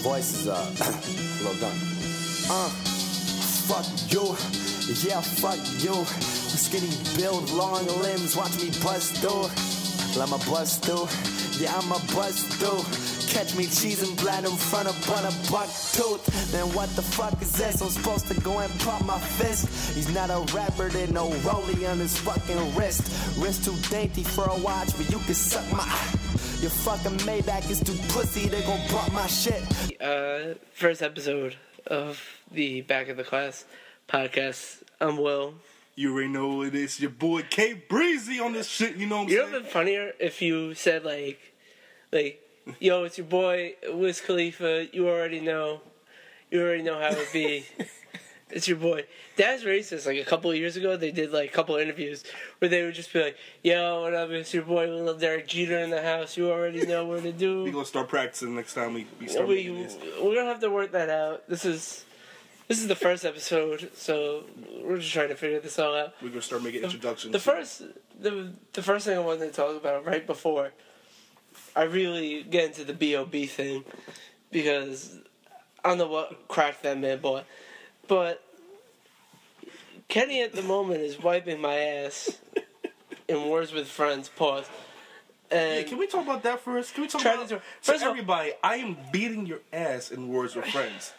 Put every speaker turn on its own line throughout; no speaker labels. voice is uh, well done. Uh, fuck you, yeah, fuck you. Skinny build, long limbs, watch me bust through. Let my bust through, yeah, I'm a bust through. Catch me cheesing blind in front of but a buck tooth. Then what the fuck is this? I'm supposed to go and pop my fist. He's not a rapper, there's no rollie on his fucking wrist. Wrist too dainty for a watch, but you can suck my. Your fucking Maybach is too pussy, they gon' bump my shit.
uh, first episode of the Back of the Class podcast. Um, I'm Will.
You already know what it is. Your boy K Breezy on this shit. You know what I'm
You know what
saying?
would been funnier if you said, like, like, yo, it's your boy, Wiz Khalifa. You already know. You already know how it be. it's your boy. That's racist. Like, a couple of years ago, they did, like, a couple of interviews where they would just be like, yo, what up, it's your boy, little Derek Jeter in the house. You already know what to do.
We gonna start practicing next time we, we
Yeah,
start
we
making
we're
this.
gonna have to work that out. This is this is the first episode, so we're just trying to figure this all out.
We're gonna start making introductions.
The first the the first thing I wanted to talk about right before I really get into the B.O.B. thing because I don't know what crack that man bought, but Kenny at the moment is wiping my ass in Words with Friends. Pause.
Hey,
And
can we talk about that first? Can we talk
Try
about
to do-
to
first of all-
everybody? I am beating your ass in words with friends.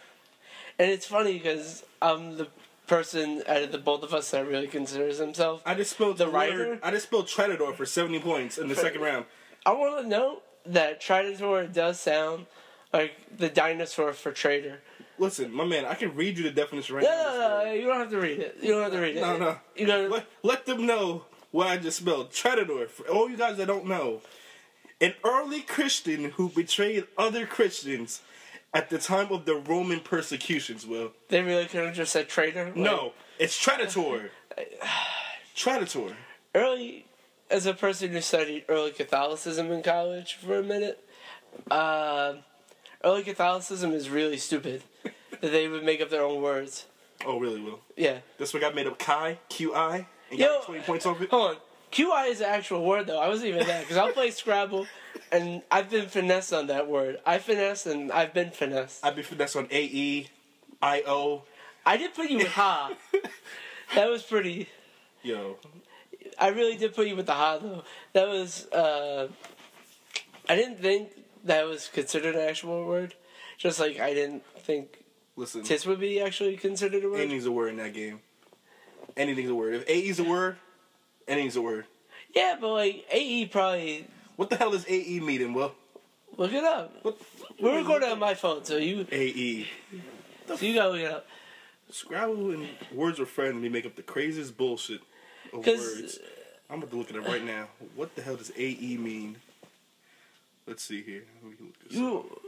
And it's funny because I'm the person out of the both of us that really considers himself.
I just spilled
The
the
writer?
I just spilled Tredador for seventy points in the second round.
I want to note that Tridentator does sound like the dinosaur for traitor.
Listen, my man, I can read you the definition right
No,
now.
no, no, you don't have to read it. You don't have to read it.
No, no.
You gotta,
Let, let them know what I just spelled. Tredador. For all you guys that don't know, an early Christian who betrayed other Christians at the time of the Roman persecutions, Will.
They really could have just said traitor. Like,
no, it's Traditor. Traditor.
Early, as a person who studied early Catholicism in college for a minute, uh, early Catholicism is really stupid. that they would make up their own words.
Oh, really, Will?
Yeah.
This one got made up Kai, Q-I, and
Yo.
got 20 points off it.
Hold on. QI is an actual word, though. I wasn't even there because I'll play Scrabble, and I've been finessed on that word. I finessed and I've been finessed.
I've been finessed on E, A-E, I-O.
I did put you with ha. That was pretty.
Yo,
I really did put you with the ha, though. That was. uh I didn't think that was considered an actual word. Just like I didn't think
listen.
tis would be actually considered a word.
Anything's a word in that game. Anything's a word. If A-E's a word, anything's a word.
Yeah, but like AE probably.
What the hell is AE meaning, Will?
Look it up.
What?
We're recording on my phone, so you
AE.
you gotta look it up.
E? Scrabble and Words with Friends, they make up the craziest bullshit of
'Cause-
words. I'm about to look it up right now. What the hell does AE mean? Let's see here. We can look this up.
You,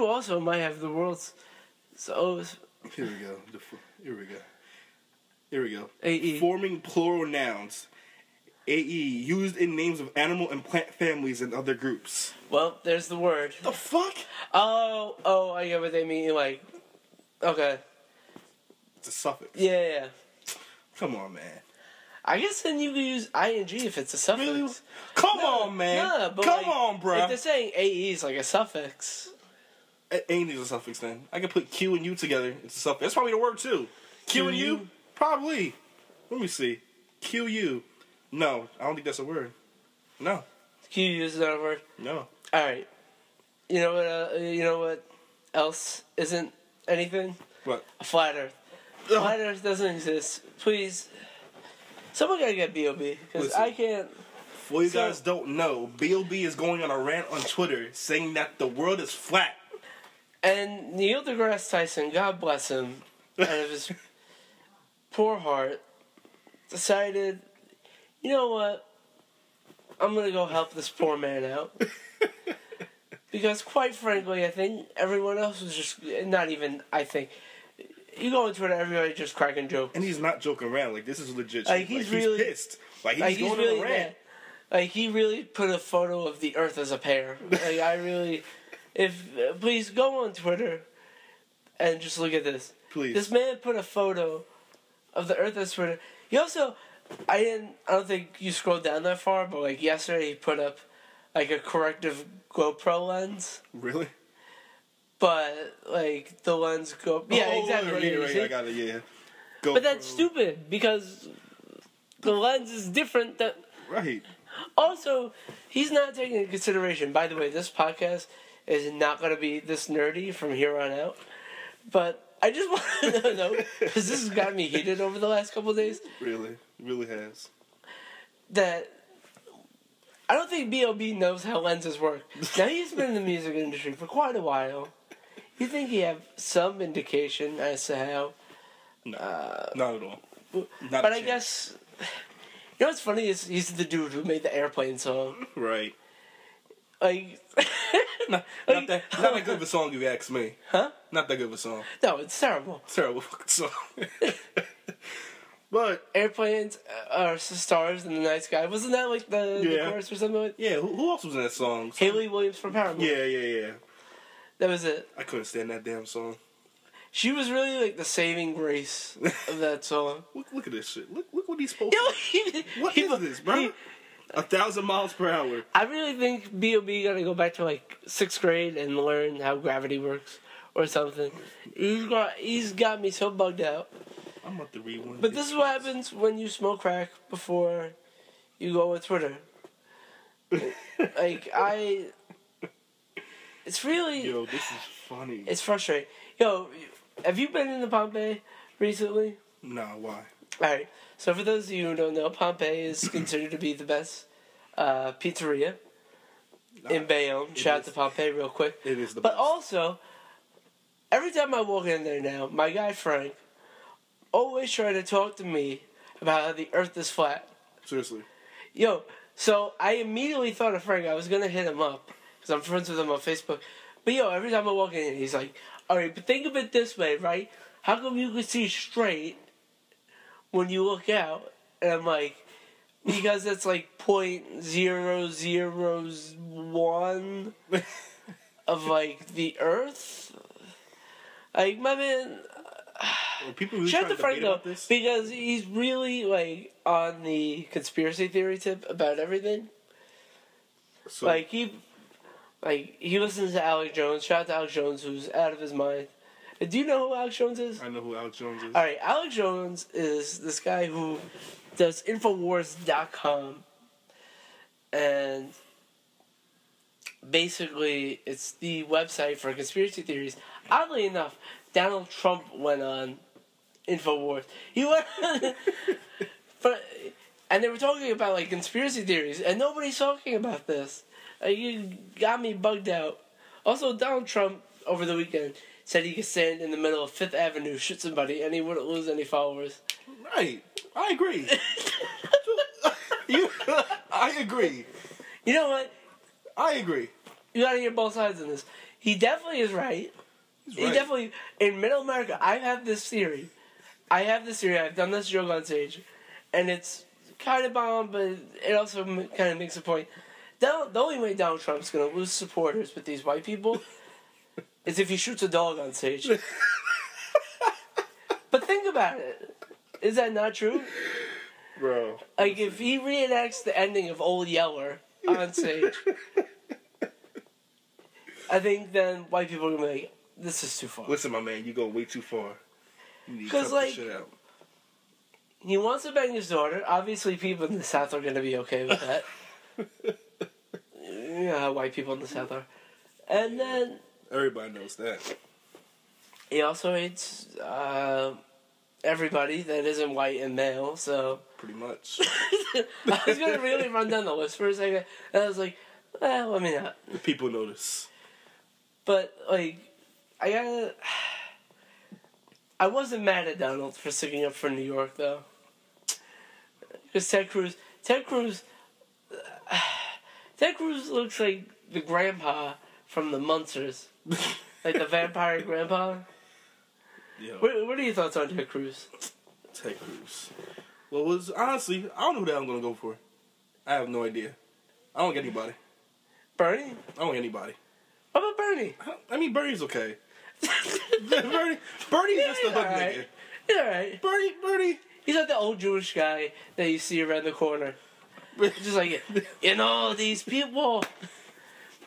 you also might have the world's so
Here we go. The f- Here we go. Here we go.
AE.
Forming plural nouns. AE used in names of animal and plant families and other groups.
well. There's the word.
The fuck?
Oh, oh, I get what they mean. Like, okay,
It's a suffix.
yeah, yeah, yeah.
Come on, man.
I guess then you could use ing if it's a suffix.
Really? Come on, man.
Nah, but
Come
like,
on, bro.
If they're saying ae is like a suffix,
A- ain't is a suffix then. I can put Q and U together. It's a suffix. That's probably the word too. Q and U? Probably. Let me see. Q U. No, I don't think that's a word. No,
can you use that word?
no.
All right. You know what? Uh, you know what else isn't anything?
But
A flat Earth. Flat Earth doesn't exist. Please, someone gotta get Bob because
Listen.
I can't.
for you
So-
guys don't know, Bob is going on a rant on Twitter saying that the world is flat.
And Neil deGrasse Tyson, God bless him, out of his poor heart, decided, you know what? I'm gonna go help this poor man out. because, quite frankly, I think everyone else was just not even. I think you go on Twitter, everybody just cracking jokes.
And he's not joking around. Like this is legit.
Like,
shit.
he's really-
pissed. Like he's
Like he's,
going
really
on a rant.
mad. Like he really put a photo of the Earth as a pear. Like I really, if please go on Twitter, and just look at this.
Please.
This man put a photo of the Earth as Twitter. He also, I didn't, I don't think you scrolled down that far, but like yesterday he put up like a corrective GoPro lens
really?
but like the lens go. Yeah,
Oh,
exactly.
Right,
you
right, right,
see?
I got it. Yeah. Go
but that's
pro.
stupid because the lens is different. That
Right.
also he's not taking into consideration. By the way, this podcast is not going to be this nerdy from here on out. But I just want to know because this has got me heated over the last couple of days.
Really. Really has.
that I don't think B.O.B. knows how lenses work. Now he's been in the music industry for quite a while. You think he have some indication as to how?
No. not at all. Not
but
a
I
chance.
guess you know what's funny is he's the dude who made the airplane song.
Right.
Like,
Not,
Like-
not, that, not that good of a song, you ask me.
huh?
Not that good of a song.
No, it's terrible.
Terrible fucking song. but
Airplanes are stars in the night sky. Wasn't that like the, the
Yeah.
chorus or something? Like?
yeah, who, who else was in that song?
Haley Williams from Paramount.
Yeah, yeah, yeah.
that was it.
I couldn't stand that damn song.
She was really like the saving grace of that song.
Look, look at this shit. Look, look what he's posting.
Yo, he,
what
he-
is this, bro?
he-
a thousand miles per hour.
I really think B.O.B. gotta go back to like sixth grade and learn how gravity works or something. He's got, he's got me so bugged out.
I'm about to read one. of
But
these.
this is what happens when you smoke crack before you go on Twitter. like, I. It's really.
Yo, this is funny.
It's frustrating. Yo, have you been into Pompeii recently?
nah, why?
Alright, so for those of you who don't know, Pompeii is considered to be the best uh, pizzeria in Bayonne. Shout out to Pompeii real quick.
It is the
But
best.
also, every time I walk in there now, my guy Frank always trying to talk to me about how the earth is flat.
Seriously.
Yo, so I immediately thought of Frank. I was going to hit him up because I'm friends with him on Facebook. But yo, every time I walk in, he's like, all right, but think of it this way, right? How come you can see straight when you look out? And I'm like, because that's like point zero zero one of like the Earth. Like my man,
Are people really
shout out
trying
to Frank
to debate
though
about this?
because he's really like on the conspiracy theory tip about everything.
So,
Like he, like he listens to Alex Jones. Shout out to Alex Jones, who's out of his mind. Do you know who Alex Jones is?
I know who Alex Jones is.
All right, Alex Jones is this guy who does Infowars.com, and basically it's the website for conspiracy theories. Oddly enough, Donald Trump went on Infowars. He went, but and they were talking about like conspiracy theories, and nobody's talking about this. Uh, you got me bugged out. Also, Donald Trump over the weekend said he could stand in the middle of Fifth Avenue, shoot somebody, and he wouldn't lose any followers.
Right. I agree. you, I agree.
You know what?
I agree.
You gotta hear both sides of this. He definitely is right.
He's
He
right.
definitely in Middle America. I have this theory. I have this theory. I've done this joke on stage, and it's kind of bomb, but it also kind of makes a point. Donald, the only way Donald Trump's gonna lose supporters with these white people is if he shoots a dog on stage. but think about it. Is that not true?
Bro.
Like if he reenacts the ending of Old Yeller on stage, I think then white people are gonna be like, "This is too far."
Listen, my man, you go way too far. You need to
'Cause,
cut
like-
this shit out.
He wants to bang his daughter. Obviously, people in the South are gonna be okay with that. you know how white people in the South are. And then
Everybody knows that.
he also hates uh, everybody that isn't white and male. So
Pretty much.
I was gonna really run down the list for a second, and I was like, "Well, let me not."
the people notice.
But like, I gotta. I wasn't mad at Donald for sticking up for New York though, because Ted Cruz, Ted Cruz, Ted Cruz looks like the grandpa from the Munsters, like the vampire grandpa.
Yeah.
What, what are your thoughts on Ted Cruz?
Ted Cruz. Well, was honestly, I don't know who that I'm gonna go for. I have no idea. I don't get anybody.
Bernie?
I don't get anybody.
What about Bernie?
I, don't- I mean, Bernie's okay. Bernie, Bernie's just a
He's
hood
all right.
nigga.
He's all right.
Bernie, Bernie.
He's like the old Jewish guy that you see around the corner. Just like, you know, these people.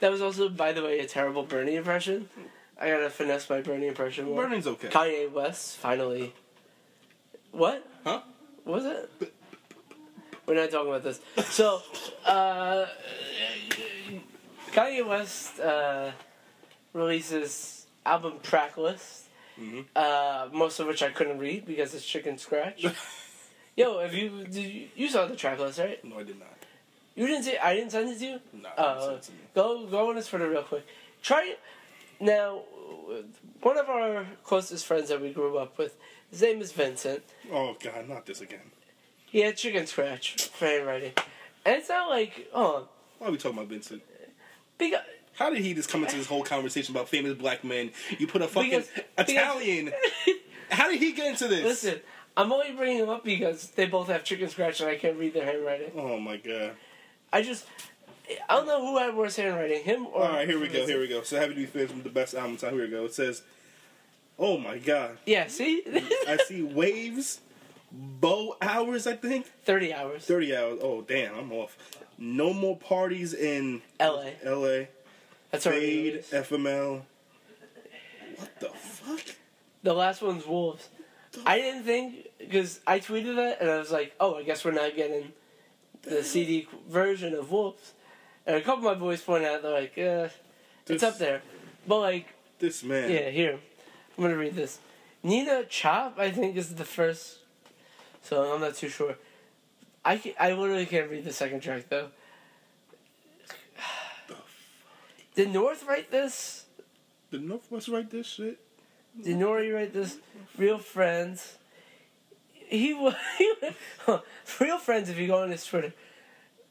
That was also, by the way, a terrible Bernie impression. I gotta finesse my Bernie impression more.
Burning's okay.
Kanye West finally. What?
Huh?
What was it? We're not talking about this. So, uh, Kanye West uh, releases album track list, uh, most of which I couldn't read because it's chicken scratch. Yo, if you did you, you saw the track list, right?
No, I did not.
You didn't see. I didn't send it to you.
No,
Oh,
send it to me.
go go on this for the real quick. Try it now. One of our closest friends that we grew up with, his name is Vincent.
Oh God, not this again.
He had chicken scratch for handwriting, and it's not like oh
Why are we talking about Vincent?
because
How did he just come into this whole conversation about famous black men? You put a fucking
Because- because-
Italian. How did he get into this?
listen, I'm only bringing him up because they both have chicken scratch and I can't read their handwriting.
Oh my God.
I just I don't know who had worse handwriting, him or
All right, here we go. Here we go. So happy to be finished with the best album time. Here we go. It says, "Oh my God,
Yeah, see,
I see waves, bow hours. I think
thirty hours,
thirty hours. Oh damn, I'm off. No more parties in
L.A.
L.A.
That's already
Fade,
noticed.
FML. What the fuck?
The last one's Wolves. I didn't think because I tweeted that and I was like, "Oh, I guess we're not getting the CD version of Wolves." And a couple of my boys pointed out, they're like, uh, "It's
This-
up there," but like,
This man.
yeah, here, I'm gonna read this. Nina Chop, I think, is the first, so I'm not too sure. I ca I literally can't read the second track though. Did North write this?
The Northwest write this shit.
Did Nori write this? Real friends. He was real friends. If you go on his Twitter,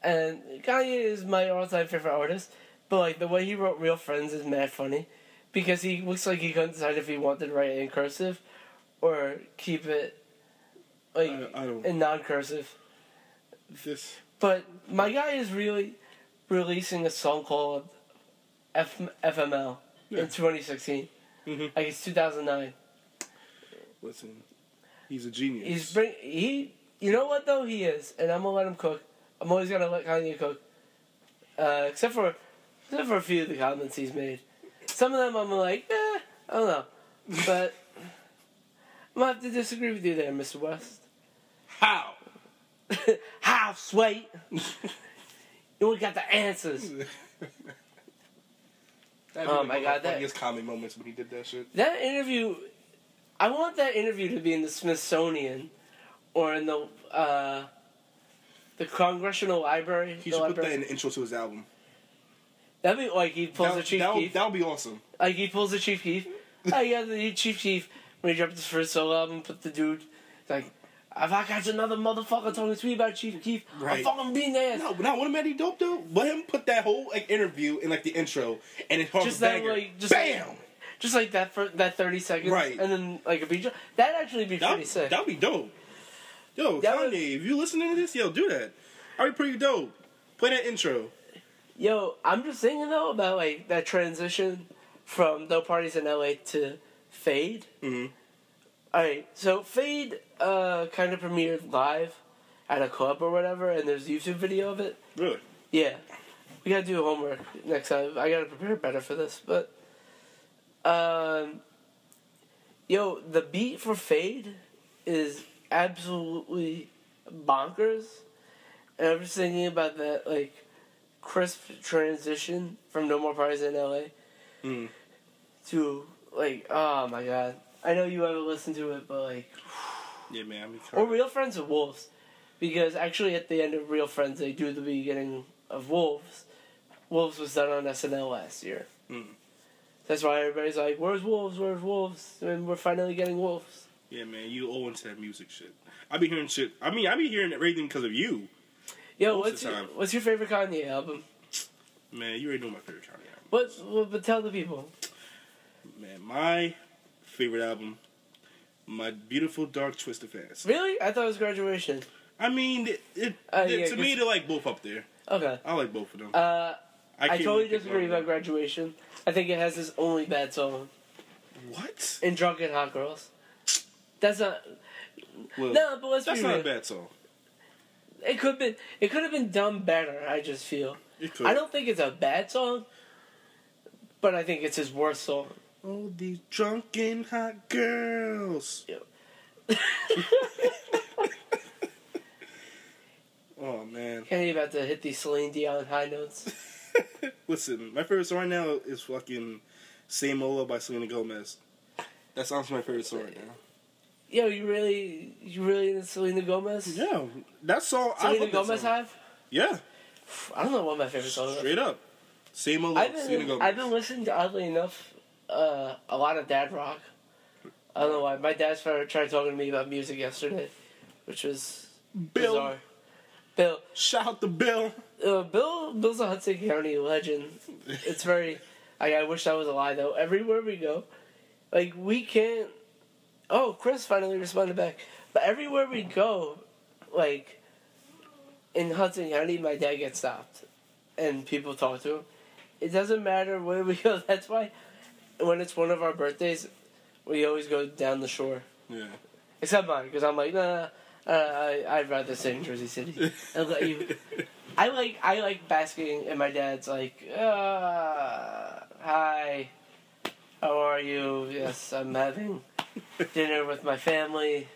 and Kanye is my all-time favorite artist, but like the way he wrote "Real Friends" is mad funny, because he looks like he couldn't decide if he wanted to write it in cursive, or keep it like
I- I don't-
in non-cursive.
This.
But my guy is really releasing a song called F- FML
Yeah.
in 2016.
Mhm.
Like it's 2009.
Listen, he's a genius.
He's bring he. You know what though he is, and I'm gonna let him cook. I'm always gonna let Kanye cook, uh, except for except for a few of the comments he's made. Some of them I'm like, eh, I don't know, but I'm gonna have to disagree with you there, Mr. West.
How?
How sweet? you ain't got the answers.
That
Oh
really
my
was
God,
one of
that-
His comedy moments when he did that shit.
That interview, I want that interview to be in the Smithsonian, or in the uh, the Congressional Library.
He
the
should put
library.
that in the intro to his album.
That'd be like he pulls
that,
a chief
that,
keef.
that would be awesome.
like he pulls a chief keef. oh yeah, the new chief keef. When he dropped his first solo album, put the dude like, if I catch another motherfucker talking to me about chief keef, I'm
Right.
fucking beating their ass.
No, but not one man he dope though. Let him put that whole like interview in like the intro, and it's hard
Just
just
that,
banger.
like, just-
bam.
Just like that for that thirty seconds,
Right.
And then like a beat drop. That'd actually be pretty
that
sick.
that'd be dope. Yo,
That
Kanye,
would-
if you listening to this, yo, do that. That'd be pretty dope. Play that intro.
Yo, I'm just thinking though about like that transition from No Parties in LA to Fade.
Mhm.
Alright, so Fade uh, kind of premiered live at a club or whatever, and there's a YouTube video of it.
Really?
Yeah, we gotta do homework next time. I gotta prepare better for this, but um, yo, the beat for Fade is absolutely bonkers, and I'm just thinking about that like crisp transition from No More Parties in LA
Mm.
to like, oh my god. I know you haven't listened to it, but like,
Yeah, man. I mean,
or Real Friends of Wolves, because actually at the end of Real Friends they do the beginning of Wolves. Wolves was done on SNL last year.
Mm.
That's why everybody's like, "Where's Wolves? Where's Wolves?" And we're finally getting Wolves.
yeah, man. You owe into that music shit. I be hearing shit. I mean, I be hearing everything because of you,
Yo,
Most of
what's
the
your,
time.
what's your favorite Kanye album?
man. You already know my favorite Kanye album.
What? what but tell the people.
Man, my favorite album, my beautiful dark twisted past.
Really? I thought it was Graduation.
I mean, it, it,
Uh,
it-
yeah,
to
'cause-
me they're like both up there.
Okay.
I like both of them.
Uh, I,
can't
totally
really pick
disagree
one
about
of them.
Graduation. I think it has his only bad song
What?
in Drunken Hot Girls. That's not.
Well,
No, but let's
that's
be
not a
real.
bad song.
It could been. It could have been done better. I just feel.
It could.
I don't think it's a bad song, but I think it's his worst song.
All these drunken hot girls.
Yep.
oh man.
Kenny about to hit these Celine Dion high notes.
Listen, my favorite song right now is fucking Same Ola by Selena Gomez. That sounds my favorite song right now.
Yo, you really, you really into Selena Gomez?
Yeah, that song. I
Selena
love that
Gomez
song.
Hive?
Yeah,
I don't know what my favorite song is.
straight up. Same old
I've
Selena
been,
Gomez.
I've been listening to, oddly enough, uh, a lot of dad rock. I don't know why. My dad's trying tried talking to me about music yesterday, which was
Bill,
bizarre. Bill,
shout out to Bill.
uh, Bill, Bill's a Hudson County legend. It's very. I, I wish that was a lie though. Everywhere we go, like we can't. Oh, Chris finally responded back. But everywhere we go, like in Hudson County, my dad gets stopped, and people talk to him. It doesn't matter where we go. That's why when it's one of our birthdays, we always go down the shore.
Yeah,
Except mine, because I'm like, nah, uh, I, I'd rather stay in Jersey City. I'll let you. I like I like basking, and my dad's like, uh, hi, how are you? Yes, I'm having dinner with my family.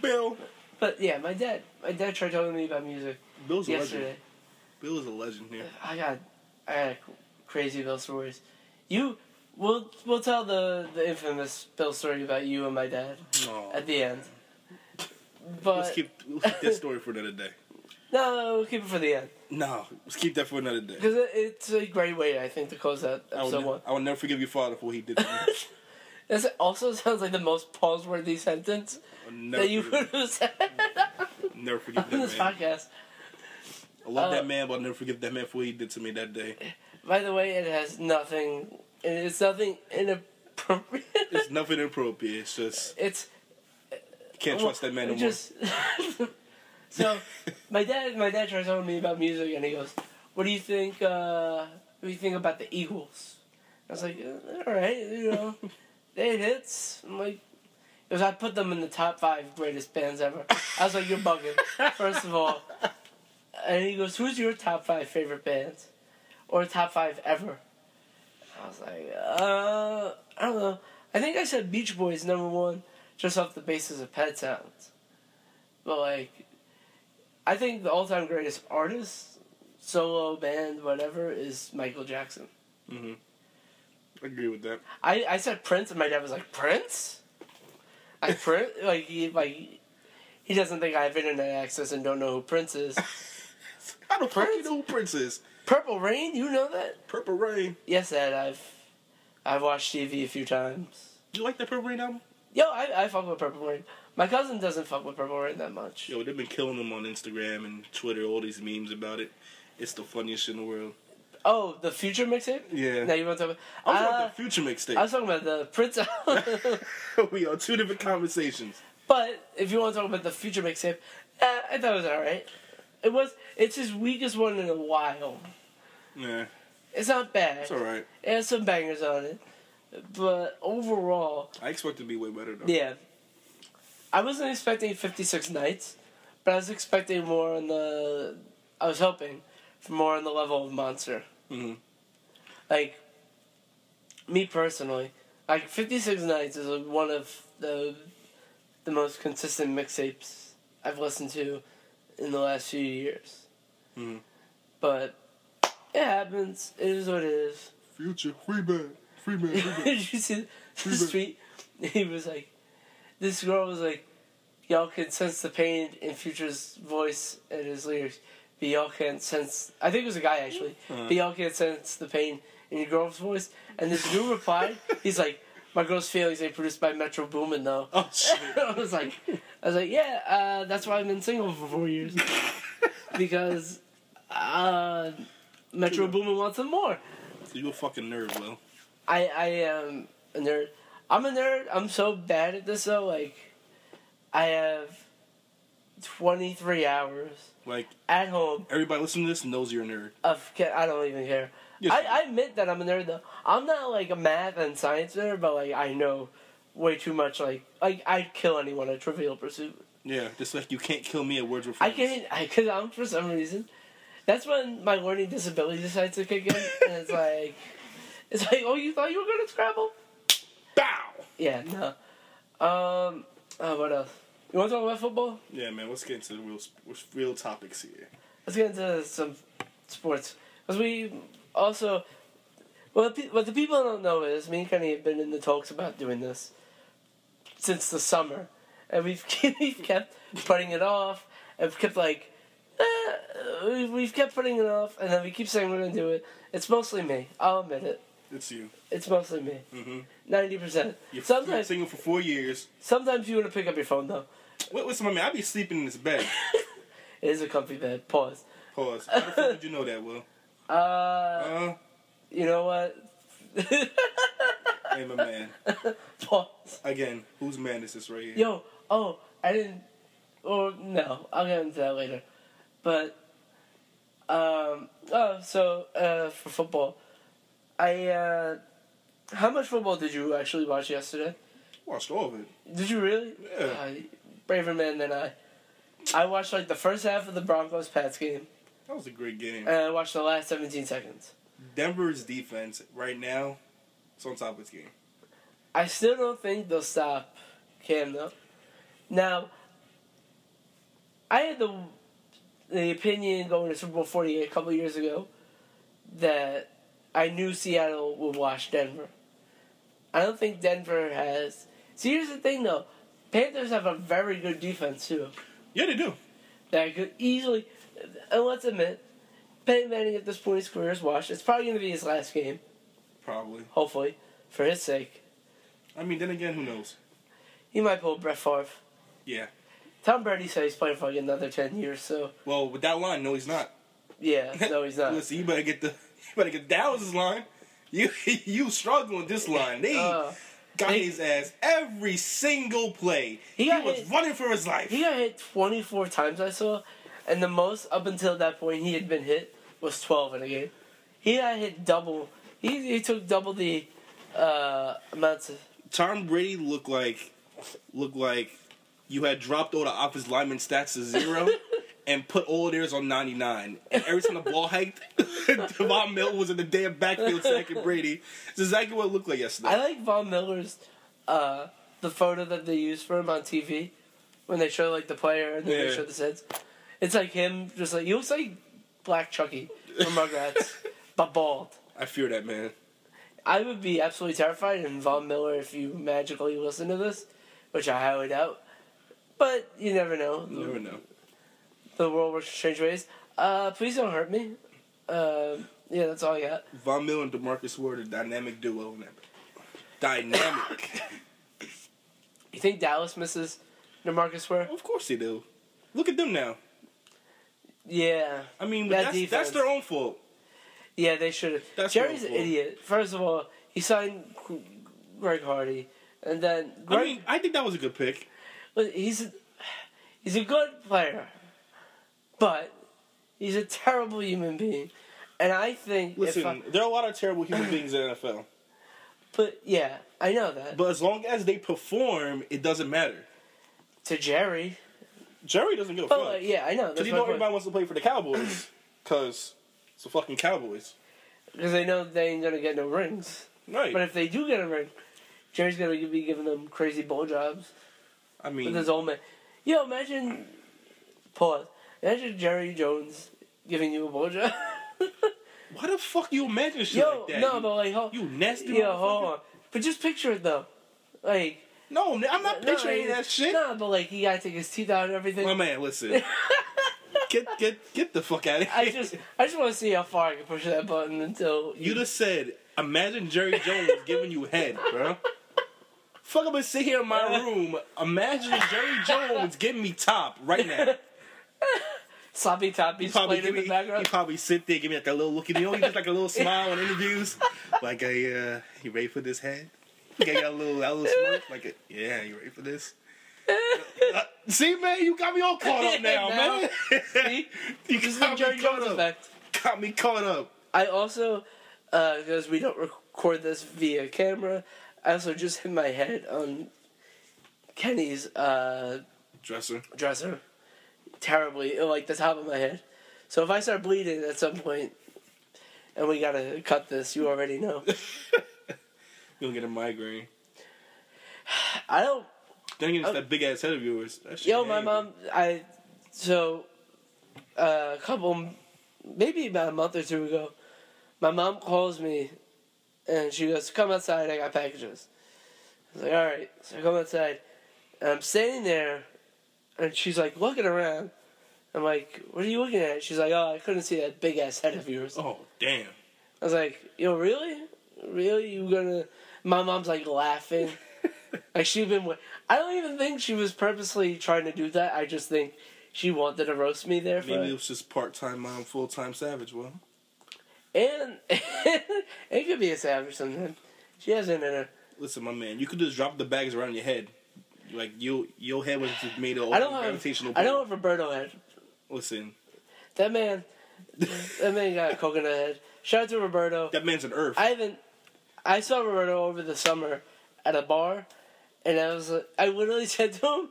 Bill.
But yeah, my dad, my dad tried telling me about music
Bill's a legend.
yesterday.
Bill is a legend here.
I got, I got crazy Bill stories. You, we'll we'll tell the the infamous Bill story about you and my dad
Aw.
at the end. But
let's keep let's keep that story for another day.
No, no, no, we'll keep it for the end
No, let's keep that for another day.
because it, it's a great way, I think, to close out
I will,
episode
ne-
one.
I will never forgive your father for what he did. To me. I
This also sounds like the most pause-worthy sentence
will never,
that you would
forgive,
have said
never forgive
on this
that man.
podcast.
I love
Uh,
that man, but I'll never forgive that man for what he did to me that day.
By the way, it has nothing. It's nothing inappropriate.
It's nothing inappropriate. It's just
It's
you can't trust that man no
It Just so my dad, my dad tries telling me about music, and he goes, "What do you think? Uh, what do you think about the Eagles?" I was like, "Uh, "All right, you know, they had hits." I'm like, "Because I put them in the top five greatest bands ever." I was like, "You're bugging." First of all, and he goes, "Who's your top five favorite bands, or top five ever?" I was like, "Uh, I don't know. I think I said Beach Boys number one, just off the basis of Pet Sounds." But like, I think the all-time greatest artist, solo band, whatever, is Michael Jackson.
more. hmm I agree with that.
I, I said Prince, and my dad was like Prince. I Prince like he like he doesn't think I have internet access and don't know who Prince is.
How the fuck you
Prince?
know who Prince is?
Purple Rain, you know that?
Purple Rain.
Yes, Ed. I've I've watched TV a few times.
You like that Purple Rain album?
Yo, I, I fuck with Purple Rain. My cousin doesn't fuck with Purple Rain that much.
Yo, they've been killing them on Instagram and Twitter. All these memes about it. It's the funniest shit in the world.
Oh, the future mixtape?
Yeah.
Now you want to talk
I was
about?
about
Uh,
the future mixtape.
I was talking about the Prince.
we are two different conversations.
But if you want to talk about the future mixtape, uh, I thought it was alright. It was. It's his weakest one in a while.
Yeah,
It's not bad.
it's all right.
It has some bangers on it, but overall,
I expect it to be way better though.
yeah. I wasn't expecting Fifty Six Nights, but I was expecting more on the. I was hoping for more on the level of Monster.
hmm
Like, me personally, like Fifty Six Nights is one of the the most consistent mixtapes I've listened to in the last few years.
Mhm.
But it happens. It is what it is.
Future, free man, free man, free man.
Did you see this tweet? He was like, this girl was like, y'all can sense the pain in Future's voice and his lyrics, but y'all can't sense. I think it was a guy actually,
Uh-huh.
but y'all can't sense the pain in your girl's voice. And this dude replied, he's like, my girl's feelings ain't produced by Metro Boomin though.
oh shit!
I was like, I was like, yeah, uh, that's why I've been single for four years because uh, Metro Boomin wants some more.
You a fucking nerd, Will.
I I am a nerd. I'm a nerd. I'm so bad at this though. Like, I have twenty three hours
Like
at home
everybody listening to this knows you're a nerd.
of. ca- I don't even care.
Yes, you do.
I, I admit that I'm a nerd though. I'm not like a math and science nerd, but like I know way too much. Like like I'd kill anyone at Trivial Pursuit.
Yeah, just like you can't kill me at words with
I
friends.
can't. I cause I'm for some reason. That's when my learning disability decides to kick in, and it's like, it's like, oh, you thought you were good at Scrabble? Yeah, no. Um, uh, what else? You want to talk about football?
Yeah, man. Let's get into the real sp- real topics here.
Let's get into some sports. Because we also. Well, the, pe- what the people don't know is me and Kenny have been in the talks about doing this since the summer. And we've, we've kept putting it off. And we've kept, like, eh, we- we've kept putting it off. And then we keep saying we're going to do it. It's mostly me. I'll admit it.
It's you.
It's mostly me.
Mhm.
90%.
You're Sometimes.
Sometimes,
single for four years.
sometimes you want to pick up your phone, though.
What, listen, my man. I be sleeping in this bed.
It is a comfy bed. Pause.
Pause. How the fuck did you know that, Will?
Uh,
Uh,
you know what?
hey, my man.
Pause.
Again, whose man is this right here?
Yo, oh, I didn't. Or no, I'll get into that later. But um, oh, so uh, for football, I uh, how much football did you actually watch yesterday?
Watched all of it.
Did you really?
Yeah.
Uh, braver man than I. I watched like the first half of the Broncos Pats game,
That was a great game.
and I watched the last seventeen seconds.
Denver's defense right now, it's on top of its game.
I still don't think they'll stop Cam though. Now, I had the the opinion going to Super Bowl Forty Eight a couple years ago that I knew Seattle would wash Denver. I don't think Denver has. See, here's the thing though, Panthers have a very good defense too.
Yeah, they do.
That could easily, and let's admit, Peyton Manning at this point his career is washed. It's probably going to be his last game,
Probably.
hopefully, for his sake.
I mean, then again, who knows?
He might pull Brett Favre.
Yeah.
Tom Brady said he's playing for like another ten years, so
Well, with that line, no, he's not.
yeah, no, he's not.
Listen, you better get the. You better get. That was his line. You you struggle with this line. They
Uh,
got
they-
his ass every single play.
He
He,
got
was
hit-
running for his life.
he got hit twenty four times I saw, and the most up until that point he had been hit was twelve in a game. He got hit double. He he took double the uh, amounts of
Tom Brady looked like looked like you had dropped all the offensive lineman stats to zero and put all theirs on ninety nine. And every time the ball hiked, Devon Mill was in the damn backfield second Brady. It's exactly what it looked like yesterday.
I like Von Miller's uh, the photo that they use for him on TV when they show like the player and then they
Yeah.
show the sets. It's like him, just like he looks like Black Chucky from Rugrats, but bald.
I fear that man.
I would be absolutely terrified, and Von Miller, if you magically listen to this, which I highly doubt, but you never know.
You never know.
The world works in strange ways. Uh, please don't hurt me. Uh, yeah, that's all I got.
Von Mill and Demarcus Ward are a dynamic duo in that. Dynamic.
You think Dallas misses Demarcus Ware?
of course they do. Look at them now.
Yeah.
I mean,
That
that's,
defense.
that's their own fault.
Yeah, they should have.
That's
Jerry's an
awful.
idiot. First of all, he signed G- Greg Hardy, and then
I
Greg,
mean, I think that was a good pick.
look, he's a, he's a good player, but he's a terrible human being. And I think if
Listen,
I-
there are a lot of terrible human beings in the NFL.
but yeah, I know that.
But as long as they perform, it doesn't matter.
to Jerry,
Jerry doesn't give a
but
fuck.
like, yeah, I know
Because
that's
you
my
know
point.
everybody wants to play for the Cowboys. Because it's the fucking Cowboys.
'Cause they know they ain't gonna get no rings.
Right.
But if they do get a ring, Jerry's gonna be giving them crazy blowjobs.
I
with
mean,
his old man. Yo, imagine. Pause. Imagine Jerry Jones giving you a blowjob.
why the fuck you imagine shit
Yo,
like that?
no,
You-
but like, hold,
you nasty
Yo, hold
motherfucker.
on. But just picture it though. Like,
No, I'm not
no,
picturing
like,
that shit.
No, but like, he gotta take his teeth out and everything.
My man, listen. get get get the fuck out of here.
I just, I just want to see how far I can push that button until
you just said, imagine Jerry Jones giving you head, bro. Fuck, I'm gonna sit here in my room. Imagine Jerry Jones giving me top right now.
sloppy toppy
He probably,
played in
give me,
the
he
background.
probably sit there, give me like a little look, you know, he just like a little smile in interviews. Like, I, uh, you ready for this head? Like, I got a little, a little smirk. Like, yeah, you ready for this? Uh, see, man, you got me all caught up now,
Now,
man.
see?
you
This is the
got
Jerry
me caught
Jones
up.
effect.
Got me caught up.
I also, uh, because we don't record this via camera, I also just hit my head on Kenny's uh,
Dresser.
dresser terribly, like the top of my head. So if I start bleeding at some point, and we gotta cut this, you already know.
You'll get a migraine.
I don't.
Then again, it's
Oh.
that big ass head of yours. That shit
Yo, my
hanging.
mom. I so uh, a couple, maybe about a month or two ago, my mom calls me, and she goes, "Come outside. I got packages." I was like, "All right." So I come outside, and I'm standing there, and she's like looking around. I'm like, "What are you looking at?" She's like, "Oh, I couldn't see that big ass head of yours."
Oh damn.
I was like, yo, really? Really? You gonna. My mom's like laughing. like, she'd been. wa- I don't even think she was purposely trying to do that. I just think she wanted to roast me there for
Maybe it
it.
was just part time mom, full time savage. Well,
And it could be a savage sometimes. She has it in her.
listen, my man, you could just drop the bags around your head. Like you, your head was just made of
I don't
gravitational.
have. I
pull.
don't have Roberto head.
Listen,
That man. that man got a coconut head. Shout out to Roberto.
that man's an earth.
I haven't. I saw Roberto over the summer at a bar, and I was like, I literally said to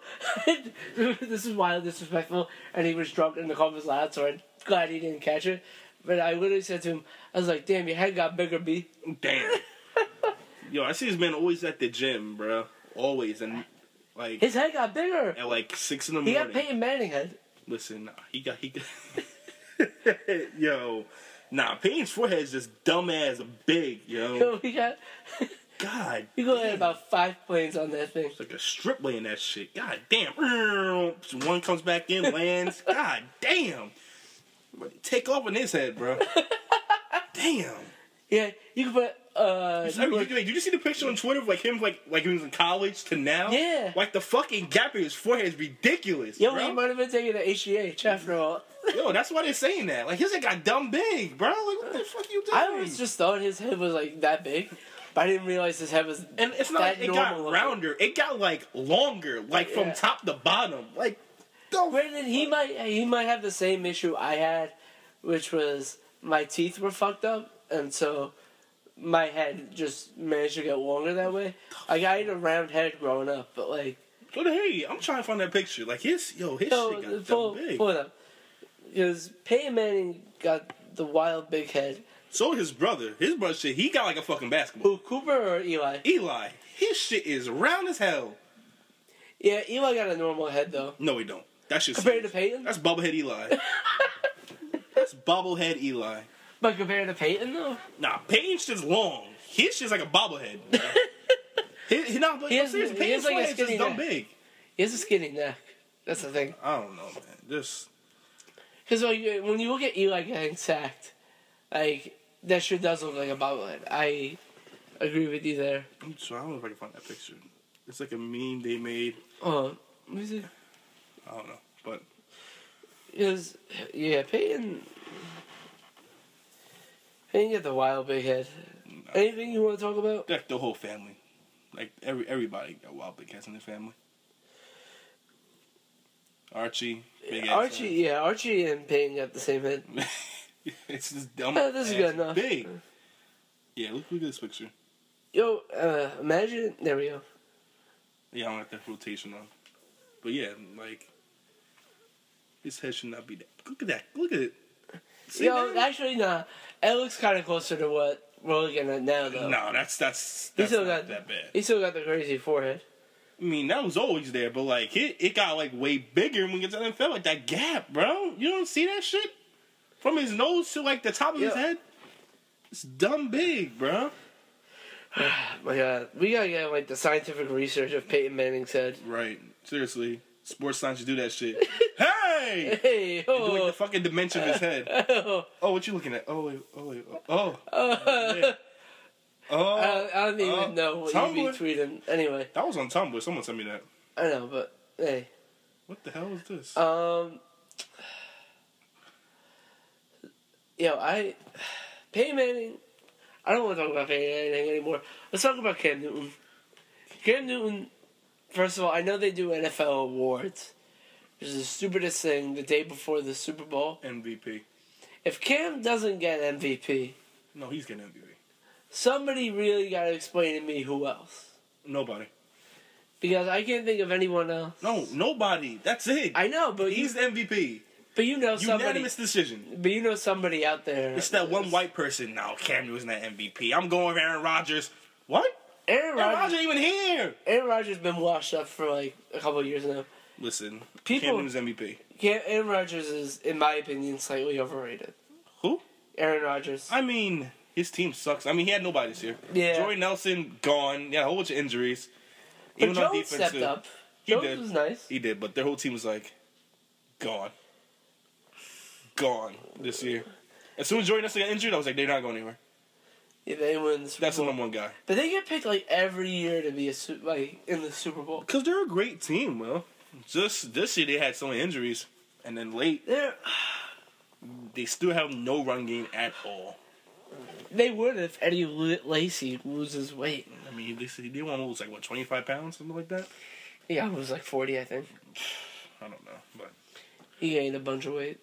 him, "This is wild, disrespectful," and he was drunk and the call was loud, so I'm glad he didn't catch it. But I literally said to him, "I was like, damn, your head got bigger, B."
Damn. Yo, I see this man always at the gym, bro. Always and like
His head got bigger.
at like six in the
He got
morning.
Peyton Manning head.
Listen, nah, he got he. got Yo, nah, Payne's forehead's just dumbass big, yo.
So he got.
God,
He go had about five planes on that thing.
it's like a strip laying that shit. God damn. One comes back in, lands. God damn. Take off in his head, bro. Damn.
Yeah, you can put. Uh,
I mean, wait, did you see the picture on Twitter of like him, like like he was in college to now?
Yeah.
Like the fucking gap in his forehead is ridiculous.
yo,
bro.
he might have been taking the HGH after all.
Yo, that's why they're saying that. Like his head got dumb big, bro. Like what the fuck you doing?
I always just thought his head was like that big, but I didn't realize his head was.
and it's not
that
like it got
normal looking.
rounder. It got like longer, like from
Yeah.
top to bottom. Like the
Brandon, he might he might have the same issue I had, which was my teeth were fucked up, and so my head just managed to get longer that way. Like I had a round head growing up, but like
what the hey, I'm trying to find that picture. Like his yo, his
no,
shit got dumb
pull,
big.
pull it up because Peyton Manning got the wild big head.
So his brother, his brother shit, he got like a fucking basketball.
Who Cooper or Eli?
Eli, his shit is round as hell.
Yeah, Eli got a normal head though.
No, he don't. That shit's
Compared to Peyton,
That's bobblehead Eli. That's bobblehead Eli.
but compared to Peyton though,
Nah, Payne's just long. His shit's like a bobblehead. bro. he, he, nah, but
He has-
I'm serious,
he
Payne's
has like a
forehead's just
skinny
dumb
neck.
big.
he has a skinny neck. That's the thing.
I don't know, man. Just
Because like, when you look at Eli getting sacked, like that sure does look like a bobblehead. I agree with you there.
I'm sorry, I don't know if I can find that picture. It's like a meme they made.
Oh, let me see.
I don't know, but
Because yeah, Peyton, Peyton got the wild big head. Anything you want to talk about?
like the whole family, like every everybody got wild big cats in their family. Archie, big ass
Archie, yeah, Archie and Peyton got the same head.
head. it's just dumb.
Oh, this is
ass
good enough.
Big. Yeah, look, look at this picture.
Yo, uh, imagine there we go.
Yeah, I don't like that rotation on. But yeah, like his head should not be that. Look at that. Look at it. See
Yo,
that?
actually, nah. It looks kind of closer to what we're looking at now, though.
No, that's that's
he
that's
still
not
got
that bad.
He still got the crazy forehead.
I mean, that was always there, but like it, it got like way bigger when we get to the NFL. Like that gap, bro. You don't see that shit from his nose to like the top of his
Yeah.
head. It's dumb big, bro.
My God, we gotta get like the scientific research of Peyton Manning said.
Right. Seriously, sports science should do that shit. hey.
Hey,
Do, like
oh,
the fucking dimension of his head.
oh,
Oh, what you looking at? Oh, wait, oh, wait, oh, oh,
oh.
oh.
I, don't- I don't even
Uh,
know what you
Tumblr.
be tweeting. Anyway,
That was on Tumblr. Someone sent me that.
I know, but hey,
What the hell is this?
um, yo, I Peyton Manning. I don't want to talk about Peyton Manning anymore. Let's talk about Cam Newton. Cam Newton. First of all, I know they do NFL awards, which is the stupidest thing. The day before the Super Bowl,
MVP.
if Cam doesn't get MVP.
No, he's getting MVP.
Somebody really got to explain to me who else.
Nobody.
Because I can't think of anyone else.
No, nobody. That's it.
I know, but
he's
you,
the MVP.
but you know somebody.
Unanimous decision.
But you know somebody out there.
It's that one white person. No, Cam Newton's not MVP. I'm going with Aaron Rodgers. What?
Aaron
Aaron
Rodgers,
Rodgers even here.
Aaron Rodgers been washed up for like a couple of years now.
Listen,
People-
Cam Newton's MVP.
Cam, Aaron Rodgers is, in my opinion, slightly overrated.
Who?
Aaron Rodgers.
I mean, his team sucks. I mean, he had nobody this year.
Yeah.
Joey Nelson gone. Yeah, a whole bunch of injuries.
but
on
Jones stepped
too.
up.
He
Jones
did.
was nice.
He did, but their whole team was like gone, gone this year. As soon as Joey Nelson got injured, I was like, they're not going anywhere.
If they win the Super
That's the
Bowl.
number one guy.
But they get picked like every year to be a su- like in the Super Bowl.
Because they're a great team, well. Just this year they had so many injuries, and then late
They're,
they still have no run game at all.
they would if Eddie L- Lacy loses weight.
I mean, they said they want to lose like what twenty five pounds, something like that.
Yeah, it was like forty, I think.
I don't know, but
He gained a bunch of weight.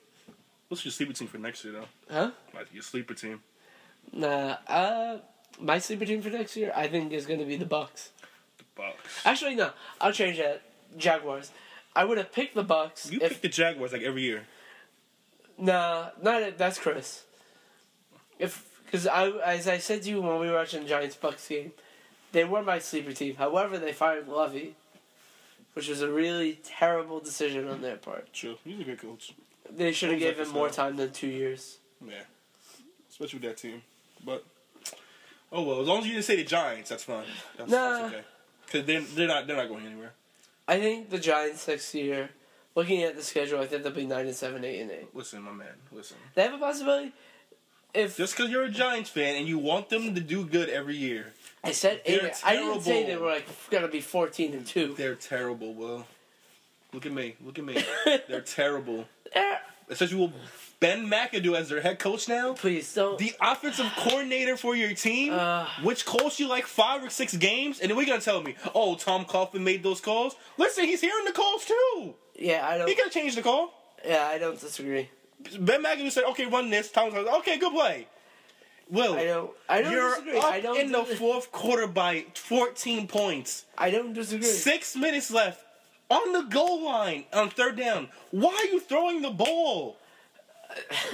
what's your sleeper team for next year though?
Huh?
Like your sleeper team,
Nah. Uh, my sleeper team for next year, I think, is gonna be the Bucks.
the Bucks.
Actually, no. I'll change that. Jaguars. I would have picked the Bucks.
You
if,
pick the Jaguars like every year.
Nah, not if- that's Chris. If because I as I said to you when we were watching the Giants Bucks game, they were my sleeper team. However, they fired Lovey, which was a really terrible decision on their part.
True, he's a good coach.
They should have
Sounds like
given
a
him more
sale.
time than two years.
Yeah, especially with that team. But oh well, as long as you didn't say the Giants, that's fine. That's,
Nah.
that's okay. Because they're they're not they're not going anywhere.
I think the Giants next year, looking at the schedule, I think they'll be nine and seven, eight and eight.
Listen, my man, listen.
They have a possibility. If
Just because you're a Giants fan and you want them to do good every year,
I said eight,
they're
I didn't say they
terrible.
were like gonna be fourteen and two.
they're terrible. Will, look at me, look at me. they're terrible.
Eh,
Especially with Ben McAdoo as their head coach now.
Please don't.
The offensive coordinator for your team,
Uh.
which calls you like five or six games, and then we're gonna tell me, oh, Tom Coughlin made those calls. Listen, he's hearing the calls too.
yeah, I
He
don't.
could have changed the call.
Yeah, I don't disagree.
Ben McAdoo said, "Okay, run this." Thomas said, "Okay, good play." Will,
I don't. I don't
you're
disagree.
up
I don't.
in the
dis-
fourth quarter by 14 points.
I don't disagree.
Six minutes left on the goal line on third down. Why are you throwing the ball?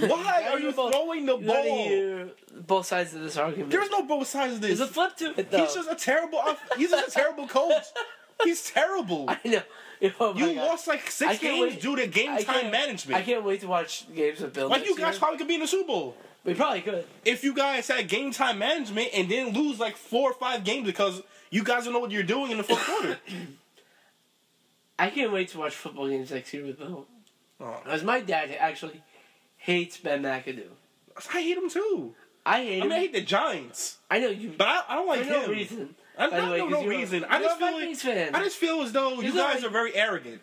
Why are you throwing the
You gotta
ball?
hear both sides of this argument.
There's no both sides of this.
There's a flip to it, though.
He's just a terrible. off- He's just a terrible coach. He's terrible.
I know. Oh my
You
God.
lost like
I
six
can't
games
wait-
due to game
I
time
can't-
management.
I can't wait to watch games with Bill.
like
next
you guys
year.
probably could be in the Super Bowl.
we probably could.
if you guys had game time management and then lose like four or five games because you guys don't know what you're doing in the fourth quarter.
I can't wait to watch football games next year with Bill.
Oh,
Because my dad actually hates Ben McAdoo.
I hate him too.
I hate
I
him.
mean, I hate the Giants,
I know you.
but I, I don't like
for no
him.
reason.
I don't
By the way,
know
'cause
no
you're a-
reason. I
you're
just
a
feel
Vikings
like
fan.
I just feel as though you
You're not
guys
like-
are very arrogant.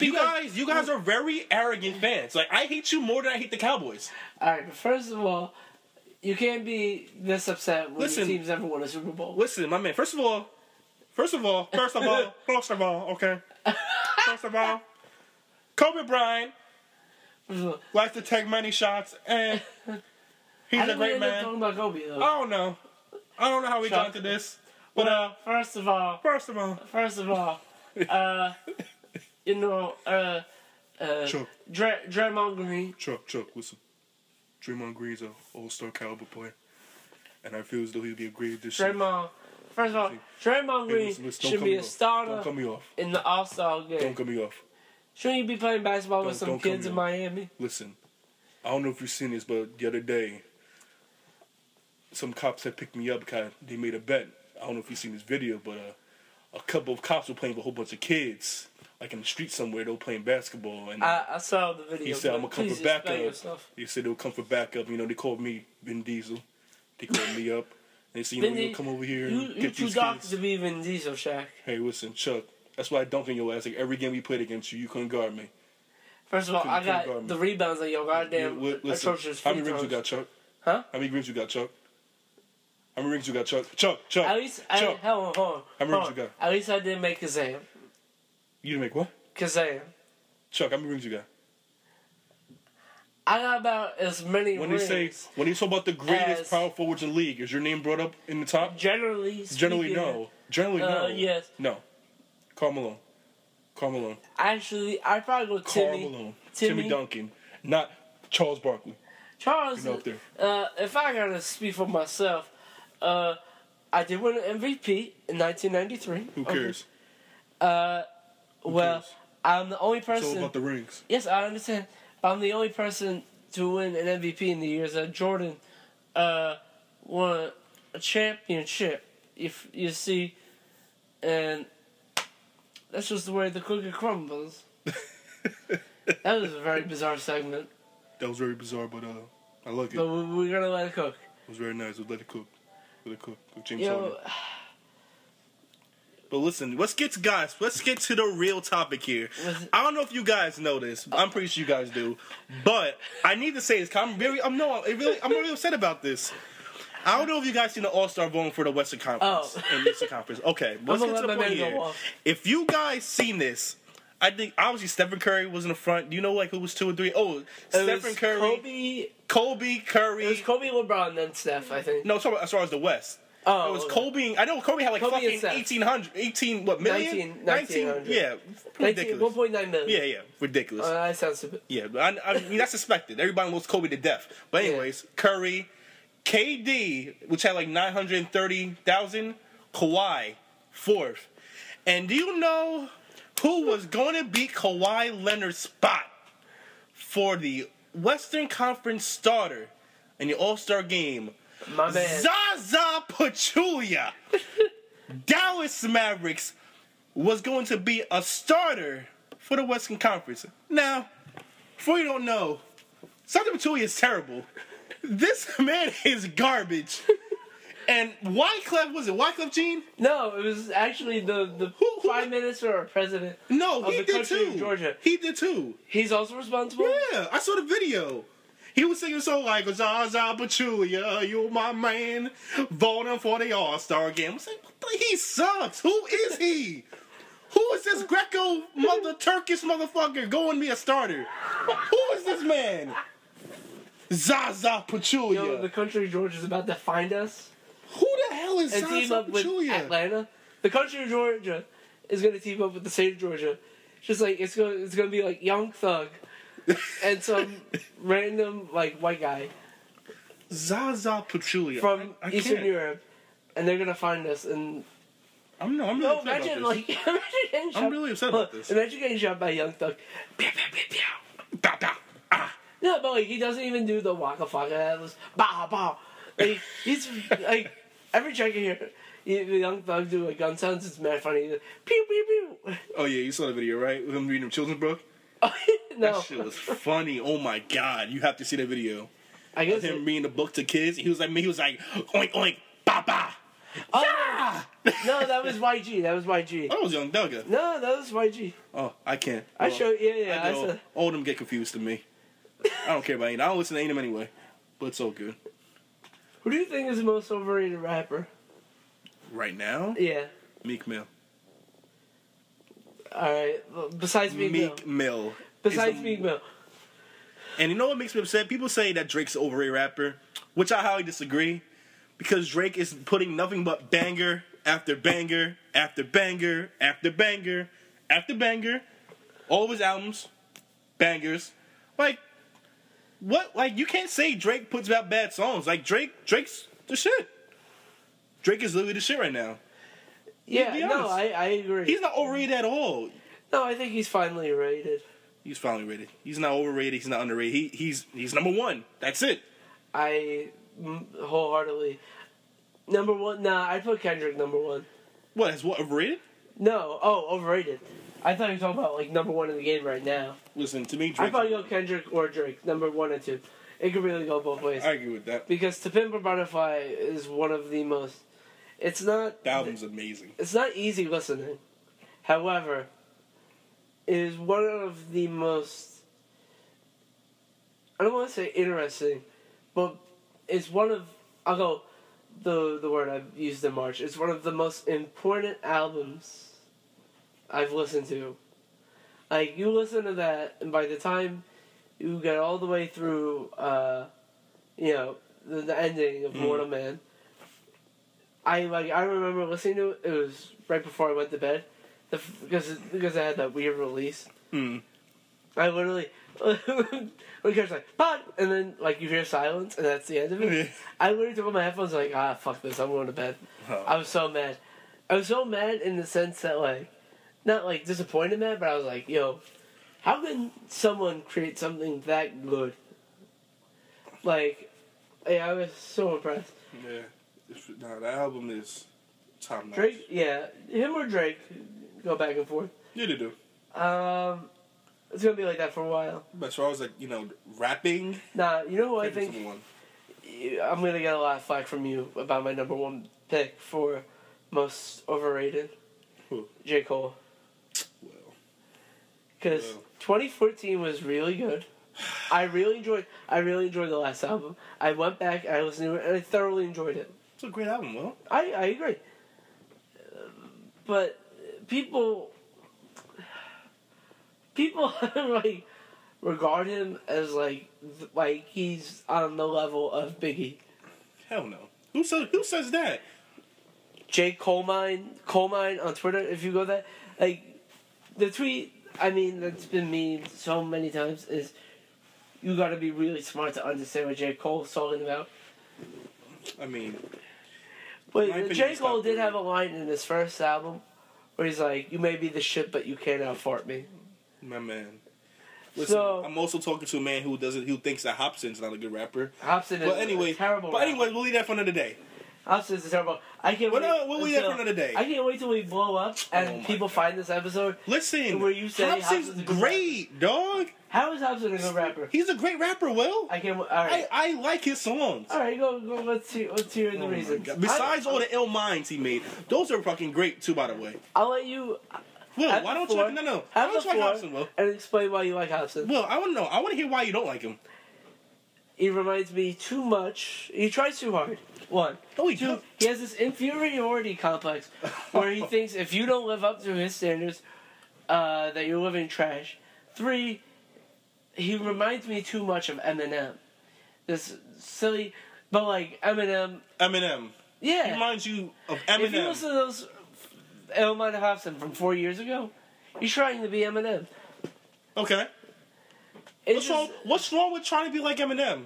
You
Because-
guys, you guys are very arrogant fans. Like I hate you more than I hate the Cowboys.
All right, but first of all, you can't be this upset when
Listen.
your team's ever won a Super Bowl.
Listen, my man. First of all, first of all, first of all, first of all, okay. First of all, Kobe Bryant
First of all,
likes to take many shots, and
I
he's a
don't really
great
end up talking
man. Oh.
about Kobe though.
I don't know. I don't know how we got into this, but uh,
First of all,
first of all,
first of all, uh, you know, uh, uh,
Sure.
Dra- Draymond Green.
Chuck, Chuck, listen. Draymond Green's a all-star caliber player, and I feel as though he'd be a great addition.
Draymond. First of all, Draymond
Hey,
Green
listen, listen, don't
should
cut
be
me
a
off.
starter
Don't cut me off.
in the All Star
Don't
game.
cut me off.
Shouldn't you be playing basketball with
Don't-
some
don't cut
kids
me
in
off.
Miami?
Listen, I don't know if you've seen this, but the other day, some cops had picked me up because they made a bet. I don't know if you've seen this video, but uh, a couple of cops were playing with a whole bunch of kids, like in the street somewhere. They were playing basketball, and uh,
I, I saw the video.
He said, I'm
but
gonna come
please
for backup.
explain yourself.
They said they'll come for backup. You know, they called me Vin Diesel. They called me up. And they said, you know,
Vin
you'll
Di-
come over here
You,
and
you
get
too
these
dark
kids.
to be Vin Diesel, Shaq.
Hey, listen, Chuck. That's why I dunked on your ass. Like, every game we played against you, you couldn't guard me.
First of all,
Couldn't-
I
couldn't
got
guard me.
the rebounds on your goddamn
You- li- listen,
atrocious
how
free
many rings you
throws.
got, Chuck?
Huh?
How many rings you got, Chuck? How many rings you got, Chuck? Chuck, Chuck.
At least, I,
Chuck.
hold on, hold on.
How many
hold
rings you
on.
got?
At least I didn't make Kazam.
you didn't make what?
Kazam.
Chuck, how many rings you got?
I got about as many
When
rings.
they say, when they talk about the greatest
As-
power forwards in the league, is your name brought up in the top?
generally, speaking,
Generally, no. Generally, no.
Uh, yes.
No. Carl Malone. Carl Malone.
Actually, I probably go
Carl
Timmy.
Malone. Timmy.
Timmy.
Duncan. Not Charles Barkley.
Charles.
You know, up there.
Uh, if I gotta speak for myself, uh, I did win an MVP in 1993.
Who
Okay.
cares?
Uh, well,
cares?
I'm the only
It's all
person.
about the rings.
yes, I understand. But I'm the only person to win an MVP in the years that Jordan uh, won a championship. If you see, and that's just the way the cookie crumbles. That was a very bizarre segment,
That was very bizarre, but uh, I like it.
but we- we're gonna let it cook.
It was very nice. It let it cook. Let it cook. With James Harden.
Yo,
But listen, let's get to guys. Let's get to the real topic here.
Was it-
I don't know if you guys know this. but I'm pretty sure you guys do, but I need to say this. 'cause I'm very. I'm no. It really. I'm really upset about this. I don't know if you guys seen the All Star voting for the Western Conference
Oh.
and the Eastern Conference. Okay, let's
gonna
get to the
let my
point
man go
here.
off.
If you guys seen this, I think obviously Stephen Curry was in the front. Do you know like who was two and three? Oh,
it was
Stephen Curry, Kobe,
Kobe,
Curry.
It was Kobe LeBron then Steph, I think.
No, I'm talking about as far as the West.
Oh,
it was
okay.
Kobe. I know Kobe had like
Kobe and
fucking
Steph.
1800, 18 what million,
Nineteen- 1900.
yeah,
19,
ridiculous.
1.9 million.
Yeah, yeah, ridiculous.
Uh, that sounds stupid.
yeah, but I, I mean that's suspected. Everybody loves Kobe to death. But
Yeah.
anyways, Curry, KD, which had like nine hundred thirty thousand, Kawhi fourth, and do you know who was going to beat Kawhi Leonard's spot for the Western Conference starter in the All Star game?
My man.
Zaza Pachulia, Dallas Mavericks, was going to be a starter for the Western Conference. Now, before you don't know, Zaza Pachulia is terrible. This man is garbage. And Wyclef, was it Wyclef Jean?
no, it was actually the, the
Who- who-
prime minister or president.
No,
Of
he
Oh, the
did
country
too.
of Georgia.
He did too.
He's also responsible?
Yeah, I saw the video. He was singing so like Zaza Pachulia, you my man, voting for the All Star game. I was like, what the- he sucks. Who is he? Who is this Greco mother Turkish motherfucker going to be a starter? Who is this man? Zaza Pachulia.
Yo, the country of Georgia is about to find us
Who the hell is
and team
Zaza
up with
Pachulia?
Atlanta. The country of Georgia is going to team up with the state of Georgia. Just like, it's going to it's gonna be like Young Thug and some random, like, white guy
Zaza Pachulia
from
I, I
Eastern
can't.
Europe. And they're going to find us and
I'm no, I'm really
No,
upset about
imagine
this.
like imagine getting shot.
really upset about
Look,
this.
Imagine getting shot by a Young Thug. Pew, pew, pew, pew.
Bow, bow. Ah.
No, but like he doesn't even do the waka faka. That was bah bah. Like he's like every check you hear you- the Young Thug do a gun sounds. It's mad funny. Pew pew pew.
Oh yeah, you saw the video, right? With him reading him children's book.
no,
That shit was funny. Oh my god, you have to see that video.
I guess.
Him
It,
reading the book to kids. He was like me. He was like oink oink ba ba.
oh,
Ah!
no, that was YG. That was YG.
That was Young Duggar.
No, that was YG.
Oh, I can't.
I
Well,
show yeah yeah.
I
I,
know.
said,
All of them get confused to me. I don't care about Aiden. I don't listen to Aiden anyway. But it's all good.
who do you think is the most overrated rapper?
Right now,
Yeah.
Meek Mill.
All right. well, Besides Meek Mill.
Meek Mill. is
Besides
the-
Meek Mill.
And you know what makes me upset? People say that Drake's an overrated rapper, which I highly disagree, because Drake is putting nothing but banger after banger after banger after banger after banger. All of his albums, bangers. Like, what? Like, you can't say Drake puts out bad songs. Like, Drake, Drake's the shit. Drake is literally the shit right now.
Yeah,
be
no,
honest.
I, I agree.
He's not overrated at all.
no, I think he's finally rated.
He's finally rated. He's not overrated. He's not underrated. He, he's he's number one. That's it.
I mm, wholeheartedly number one. Nah, I put Kendrick number one.
What? Is what overrated?
No, oh, overrated. I thought you were talking about like number one in the game right now.
Listen to me,
I
Drake.
probably go Kendrick or Drake number one and two. It could really go both ways
I agree with that.
because "To Pimp a Butterfly" is one of the most. It's not.
The album's amazing.
It's not easy listening. However, it is one of the most. I don't want to say interesting, but it's one of. I'll go the, the word I've used in March. It's one of the most important albums I've listened to. Like, you listen to that, and by the time you get all the way through, uh, you know, the, the ending
Mm-hmm.
of Mortal Man, I like I remember listening to it. It was right before I went to bed, the, f- because because I had that weird release.
Mm.
I literally when Kurt's like, "Pod," and then like you hear silence, and that's the end of it.
Yeah.
I literally took off my headphones, like, ah, fuck this, I'm going to bed.
Oh.
I was so mad. I was so mad in the sense that like, not like disappointed mad, but I was like, yo, how can someone create something that good? Like, yeah, I was so impressed.
Yeah. If, nah, that album is top notch.
Drake, yeah, him or Drake, go back and forth.
Yeah, they do.
Um, it's gonna be like that for a while.
But as far as like you know, rapping.
Nah, you know who I
Drake is
think
number one.
I'm gonna get a lot of flack from you about my number one pick for most overrated.
Who?
J Cole,
Well,
because
Wow.
2014 was really good. I really enjoyed. I really enjoyed the last album. I went back, I listened to it, and I thoroughly enjoyed it.
it's a great album. Well,
I I agree. But people, people like regard him as like th- like he's on the level of Biggie.
hell no. Who says Who says that?
Jake Coal Mine, Coal Mine on Twitter, if you go there, like, the tweet, I mean, that's been me so many times, is you gotta be really smart to understand what J. Cole's talking about.
I mean,
But
My opinion
J.
is
Cole
not
did
good.
have a line in his first album where he's like, You may be the shit, but you can't outfart me.
my man. Listen,
So-
I'm also talking to a man who doesn't who thinks that Hobson's not a good rapper.
Hobson is
But anyway,
a terrible.
but
rapper.
anyway, we'll leave that for another day.
Hobson is a terrible. I can't
Well,
wait.
no, we'll leave that
until-
for another day.
I can't wait till we blow up and
Oh my
people
God.
find this episode.
Listen,
Where you say
Hobson's
Hobson's a good
great, dog.
How is Hobson a good rapper?
He's a great rapper. Will
I can't. All
I,
right.
I like his songs.
All right, go go. Let's hear let's hear the
Oh my
reasons.
God. Besides all the ill minds he made, those are fucking great too. By the way,
I, will let you
Will,
Have
why
the
don't
floor.
you? No, no. Why
have the
don't you like
floor
Hobson? Will,
and explain why you like Hobson.
Will, I want to know. I want to hear why you don't like him.
He reminds me too much. He tries too hard. One,
No, he
two.
don't.
He has this inferiority complex where he thinks if you don't live up to his standards, uh, that you're living trash. Three, he reminds me too much of Eminem. This silly, but like Eminem,
Eminem
yeah.
He reminds you of
If you
Eminem.
listen to those Elmina Hobson from four years ago, you're trying to be Eminem.
Okay.
It's
What's wrong?
just
What's wrong with trying to be like Eminem?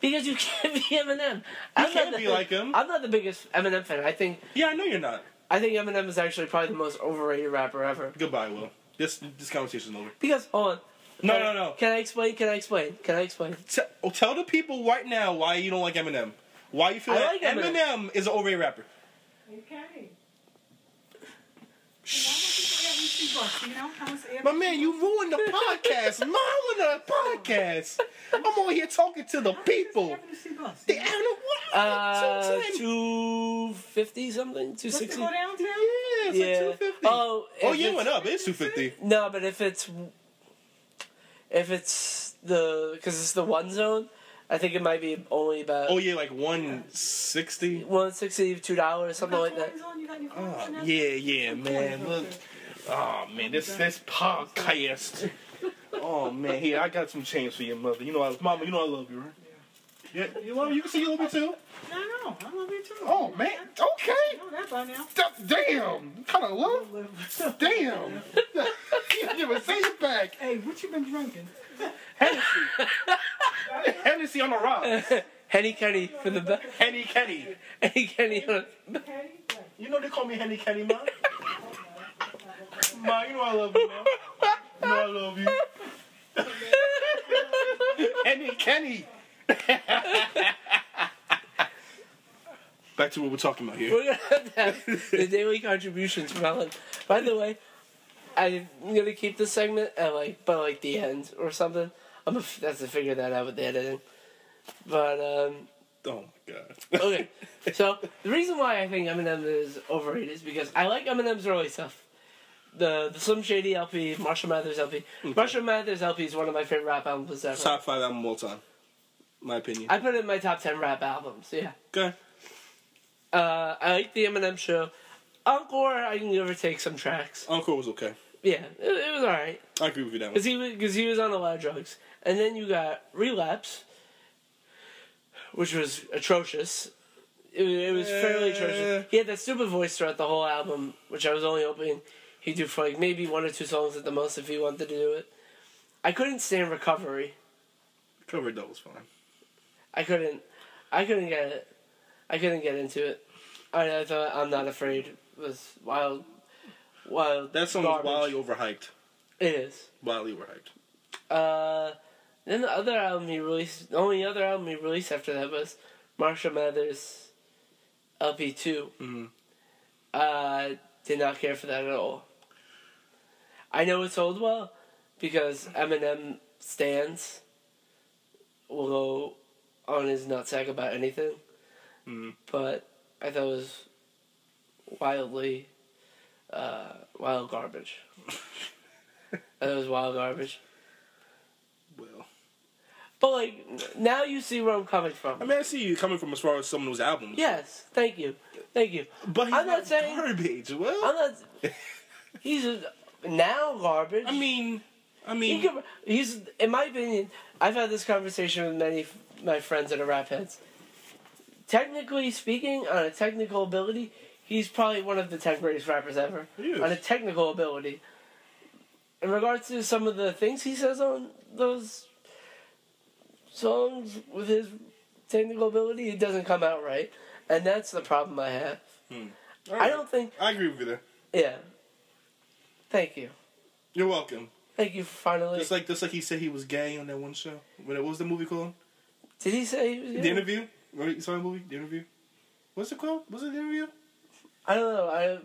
because you can't be Eminem. You
can't be like him.
I'm not the biggest Eminem fan. I think
Yeah, I know you're not.
I think Eminem is actually probably the most overrated rapper ever.
Goodbye, Will. This this conversation's over.
Because hold on.
No,
Can
no,
I-
no.
Can I explain? Can I explain? Can I explain?
T- oh, tell the people right now why you don't like Eminem. Why you feel
I
that
like
Eminem.
Eminem.
is an overrated rapper?
Okay. Shh. You know how much air
My man, you ruined the podcast. Mama, the podcast. I'm over here talking to the people. The animal. What?
Uh,
210.
two fifty something, two
Does it
sixty.
go down to?
Yeah, it's
Yeah.
like 250.
Oh,
oh
if
yeah,
it's-
it went up. It's 250.
No, but if it's if it's the because it's the one zone, I think it might be only about
Oh yeah, like 160.
one sixty two dollars something like that.
Oh, yeah, yeah, man. Look. Oh man, this this podcast. Oh man, here I got some change for your mother. You know, I, Mama, you know I love you, right? Yeah, you love you can see you love me too.
No, no, I love you too.
Oh man, okay.
You know that by now.
Da- Damn, kind of love. Damn, you never say it back.
Hey, what you been drinking?
Hennessy on the rocks.
Henny Kenny for the best.
Henny Kenny.
Henny Kenny. on-
You know they call me Henny Kenny, ma. Ma, you know I love you, ma. You know I love you. Henny Kenny.
Back to what we're talking about here.
We're gonna have, to have the daily contributions from Alan. By the way, I'm gonna keep this segment at like but like the end or something. I'm gonna f- have to figure that out with the editing. But um,
Oh my god.
okay, so the reason why I think Eminem is overrated is because I like Eminem's early stuff. The the Slim Shady LP, Marshall Mathers LP. Marshall Mathers LP is one of my favorite rap albums ever.
Top five album of all time, my opinion.
I put it in my top ten rap albums. Yeah.
Okay.
Uh, I like the Eminem show. Encore, I can give or take some tracks.
Encore was okay.
Yeah, it, it was alright
I agree with you that one.
because he because he was on a lot of drugs. And then you got relapse, which was atrocious. It, it was fairly
Yeah.
atrocious. He had that stupid voice throughout the whole album, which I was only hoping he'd do for like maybe one or two songs at the most if he wanted to do it. I couldn't stand recovery.
Covered though was fine.
I couldn't. I couldn't get it. I couldn't get into it. I, I thought I'm not afraid was wild. Wild.
That song
garbage.
was wildly overhyped.
It is.
Wildly overhyped.
Uh, then the other album he released, the only other album he released after that was Marshall Mathers LP 2
Mhm.
Uh, did not care for that at all. I know it sold well because Eminem stands will go on his nutsack about anything,
Mhm.
but I thought it was wildly uh, wild garbage. I thought it was wild garbage.
Well,
But like n- now you see where I'm coming from.
I mean, I see you coming from as far as someone whose albums.
yes, thank you, thank you.
but he's
I'm not
not
saying-
garbage. Well,
I'm not. He's a, now garbage.
I mean, I
he
mean,
could, he's in my opinion. I've had this conversation with many of my friends that are rap heads. Technically speaking, on a technical ability, he's probably one of the ten greatest rappers ever.
He is.
On a technical ability, in regards to some of the things he says on those songs with his technical ability, it doesn't come out right, and that's the problem I have.
Hmm.
I don't think.
I agree with you. There.
Yeah. Thank you.
You're welcome.
Thank you for finally.
Just like, just like he said he was gay on that one show. When it what was the movie called?
Did he say? He was
The interview. Remember you saw the movie? The interview. What's it called? Was it the interview?
I don't know. I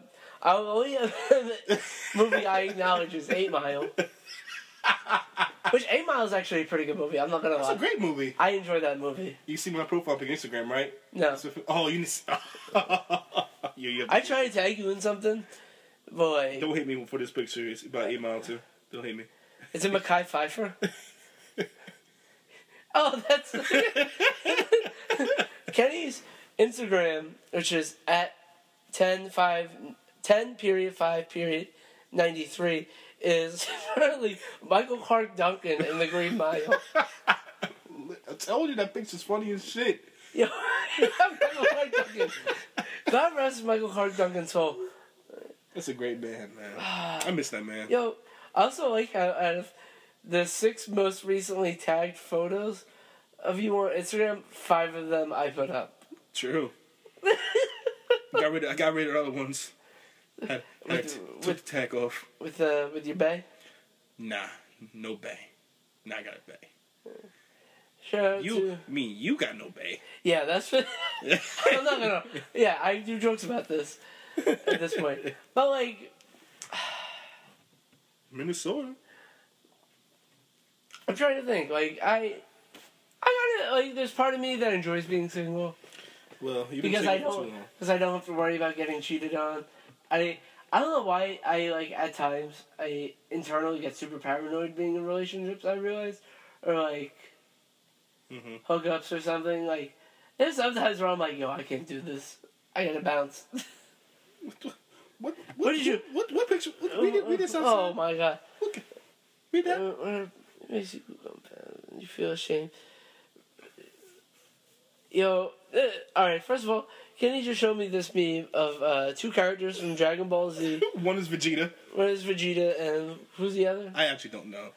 I only movie I acknowledge is Eight Mile, which Eight Mile is actually a pretty good movie. I'm not gonna
It's a
lie.
great movie.
I enjoy that movie.
You see my profile on Instagram, right?
No,
So- Oh, you need. you, you
I try to tag you in something. Boy,
Don't hate me for this picture. It's about eight mile too. Don't hate me.
is it Mackay Pfeiffer? oh, that's Kenny's Instagram, which is at 10, 5, 10 period 5 period 93, is apparently Michael Clark Duncan in the Green Mile.
I told you that picture's funny as shit.
Yo, Michael Clark Duncan. God rest Michael Clark Duncan's soul.
That's a great man, man.
Ah.
I miss that man.
Yo, I also like how out of the six most recently tagged photos of you on Instagram, five of them I put up.
True. got rid. Of, I got rid of the other ones. Had, had
With-
t-
with-
took the tag off.
With uh, with your bay?
Nah, no bay. Nah, I got a bay.
Shout out
You
to-
mean you got no bay?
Yeah, that's I'm not gonna. Yeah, I do jokes about this at this point. But like,
Minnesota.
I'm trying to think. Like, I, I gotta like. There's part of me that enjoys being single
Well, you
because I don't because I don't have to worry about getting cheated on. I I don't know why I like at times I internally get super paranoid being in relationships. I realize or like
Mhm.
hookups or something. Like, there's sometimes where I'm like, yo, I can't do this. I gotta bounce.
What, what,
What did you-
What, what picture? What, read, it- read this outside.
oh my god.
Look. Read that.
Uh, uh, makes you, uh, you feel ashamed. Yo, uh, alright, first of all, can you just show me this meme of uh, two characters from Dragon Ball Z?
One is Vegeta.
One is Vegeta and who's the other?
I actually don't know.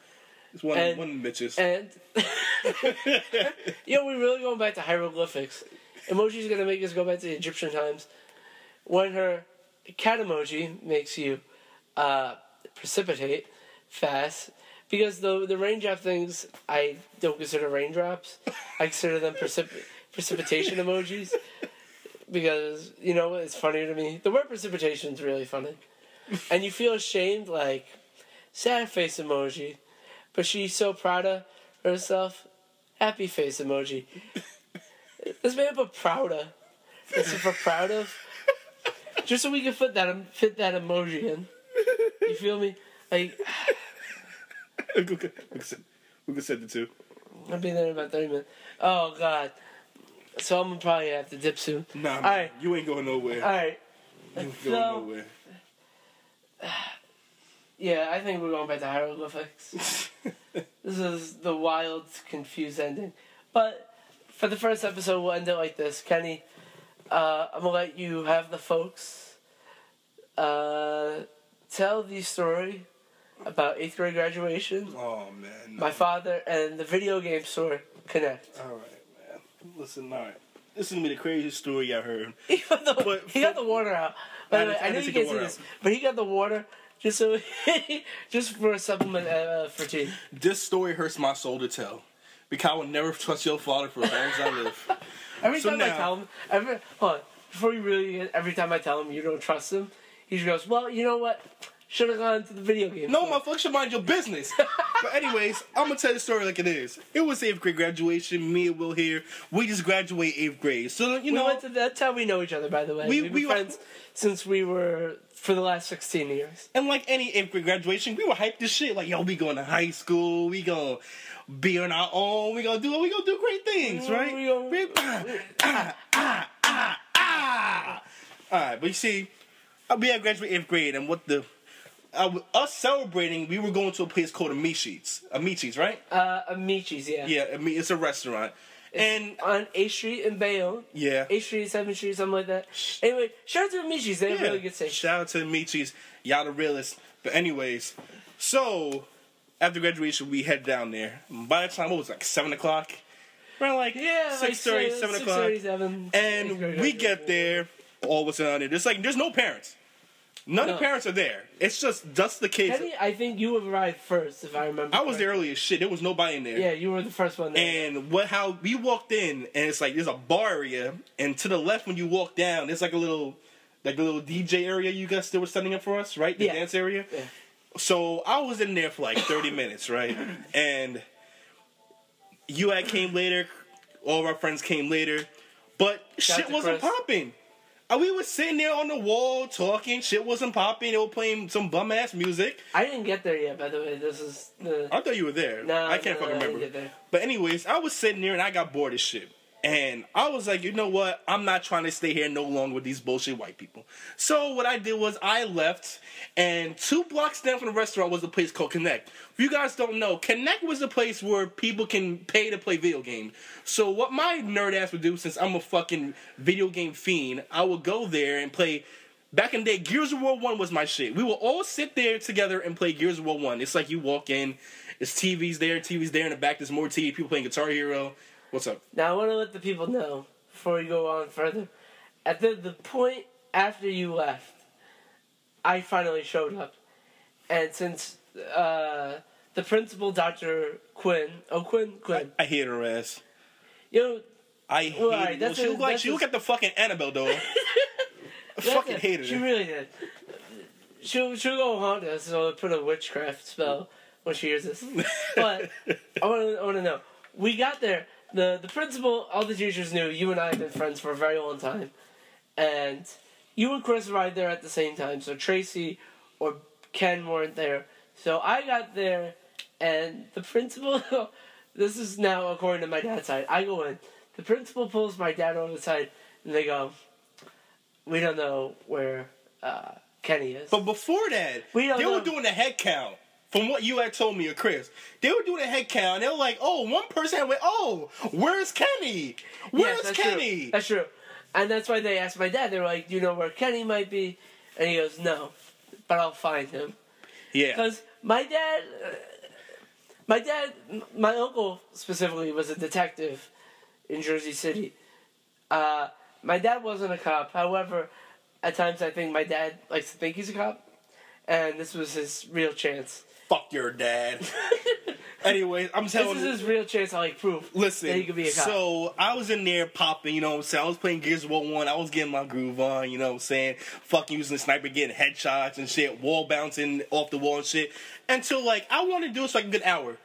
It's one
And-
one bitches.
And. Yo, we're really going back to hieroglyphics. Emoji's gonna make us go back to the Egyptian times. When her cat emoji makes you uh, precipitate fast, because the the raindrop things I don't consider raindrops. I consider them precip- precipitation emojis because you know it's funnier to me. The word precipitation is really funny, and you feel ashamed like sad face emoji, but she's so proud of herself. Happy face emoji. this man put prouda. This is for proud of. Just so we can fit that fit that emoji in. You feel me? Like
we could send, we could send the two.
I'll be there in about thirty minutes. Oh god. So I'm gonna probably have to dip soon.
Nah, man,
Alright.
you ain't going nowhere.
Alright.
you ain't going
Uh, so-
nowhere.
Yeah, I think we're going back to hieroglyphics. This is the wild, confused ending. But for the first episode, we'll end it like this. Kenny, uh, I'm going to let you have the folks. Uh, tell the story about eighth grade graduation,
Oh man.
my father, and the video game store connect.
all right, man. Listen, all right. This is gonna be the craziest story I heard.
Even though
But-
he got the water out. By the
I
way,
had to- I
I
had
know
to
you
take
can't
the
see
water
this, but he got the water just so just for a supplement uh, for tea.
This story hurts my soul to tell. Because I will never trust your father for as long as I live.
Every
So
time I
now-
tell him, every hold on, before you really, get- every time I tell him you don't trust him, he just goes, "Well, you know what? Should have gone to the video game."
No,
store."
motherfucker, should mind your business. but anyways, I'm gonna tell the story like it is. It was eighth grade graduation. Me and Will here. We just graduated eighth grade, so you
we
know.
went to, that's how we know each other, by the way. We,
We-
have
we
been
were-
friends since we were for the last sixteen years.
and like any eighth grade graduation, we were hyped as shit. Like, yo, we going to high school. We gonna be on our own. We gonna do. We gonna do great things, right?
Mm, We gonna-
We- ah, ah, ah, ah, ah. All right, but you see, uh, we had graduated eighth grade, and what the. I w us celebrating, we were going to a place called Amici's. Amici's, right?
Uh, Amici's, yeah.
Yeah, I mean it's a restaurant, and
On A Street in Bayonne.
yeah,
A Street, 7th Street, something like that. Anyway, shout out to Amici's. They have
yeah.
really good station.
Shout out to Michis, y'all the realest. But anyways, so after graduation we head down there. By the time what was it, like seven o'clock, we're like
Yeah, like
six thirty,
six-
seven
6:30,
o'clock,
seven.
and we get there. All what's on there? There's like there's no parents. None of
No.
the parents are there. It's just just the kids.
Kenny, I think you arrived first, if I remember.
I was there
correctly.
early as shit. There was nobody in there.
Yeah, you were the first one there.
And what how we walked in and it's like there's a bar area and to the left when you walk down there's like a little like a little DJ area you guys still were setting up for us, right? The
Yeah.
dance area.
Yeah.
So I was in there for like 30 minutes, right? And you had came later, all of our friends came later, but
Shout
shit
to
wasn't
Chris.
popping. And We was sitting there on the wall talking, shit wasn't popping, they were playing some bum ass music.
I didn't get there yet, by the way. This is the.
I thought you were there.
No,
I can't
no,
fucking
no, I
remember.
didn't get there.
But anyways, I was sitting there and I got bored as shit. And I was like, you know what? I'm not trying to stay here no longer with these bullshit white people. So what I did was I left, and two blocks down from the restaurant was a place called Connect. If you guys don't know, Connect was a place where people can pay to play video games. So what my nerd ass would do, since I'm a fucking video game fiend, I would go there and play Back in the day, Gears of War One was my shit. We would all sit there together and play Gears of War One. It's like you walk in, it's TVs there, TVs there in the back. There's more TV. People playing Guitar Hero. What's up?
Now I want to let the people know before we go on further. At the the point after you left, I finally showed up, and since uh, the principal, Doctor Quinn, oh Quinn, Quinn,
I hate her ass.
you know,
I hate.
Well, alright,
well,
that's
she
a-
looked like
that's
she
a-
looked at the fucking Annabelle though. I fucking hated
she
her.
really did. She'll she'll go haunt us. So I'll put a witchcraft spell when she hears this. But I want to I want to know. We got there. the The principal, all the teachers knew. You and I have been friends for a very long time, and you and Chris arrived there at the same time. So Tracy or Ken weren't there. So I got there, and the principal. this is now according to my dad's side. I go in. The principal pulls my dad on the side, and they go, "We don't know where uh, Kenny is."
But before that,
We don't
they
know.
were doing a head count. From what you had told me or Chris, they were doing a head count. And they were like, "Oh, one person had went. Oh, where's Kenny? Where's
Yes, that's
Kenny?"
True. That's true. And that's why they asked my dad. They were like, "Do you know where Kenny might be?" And he goes, "No, but I'll find him."
Yeah.
Because my dad, uh, my dad, m- my uncle specifically was a detective in Jersey City. Uh, my dad wasn't a cop. However, at times I think my dad likes to think he's a cop, and this was his real chance.
Fuck your dad. Anyways, I'm telling
This
you.
is his real chance. I like proof.
Listen,
that he could be a cop.
so I was in there popping, you know what I'm saying? I was playing Gears of War 1, I was getting my groove on, you know what I'm saying? Fucking using the sniper, getting headshots and shit, wall bouncing off the wall and shit. Until, like, I wanted to do this for like a good hour.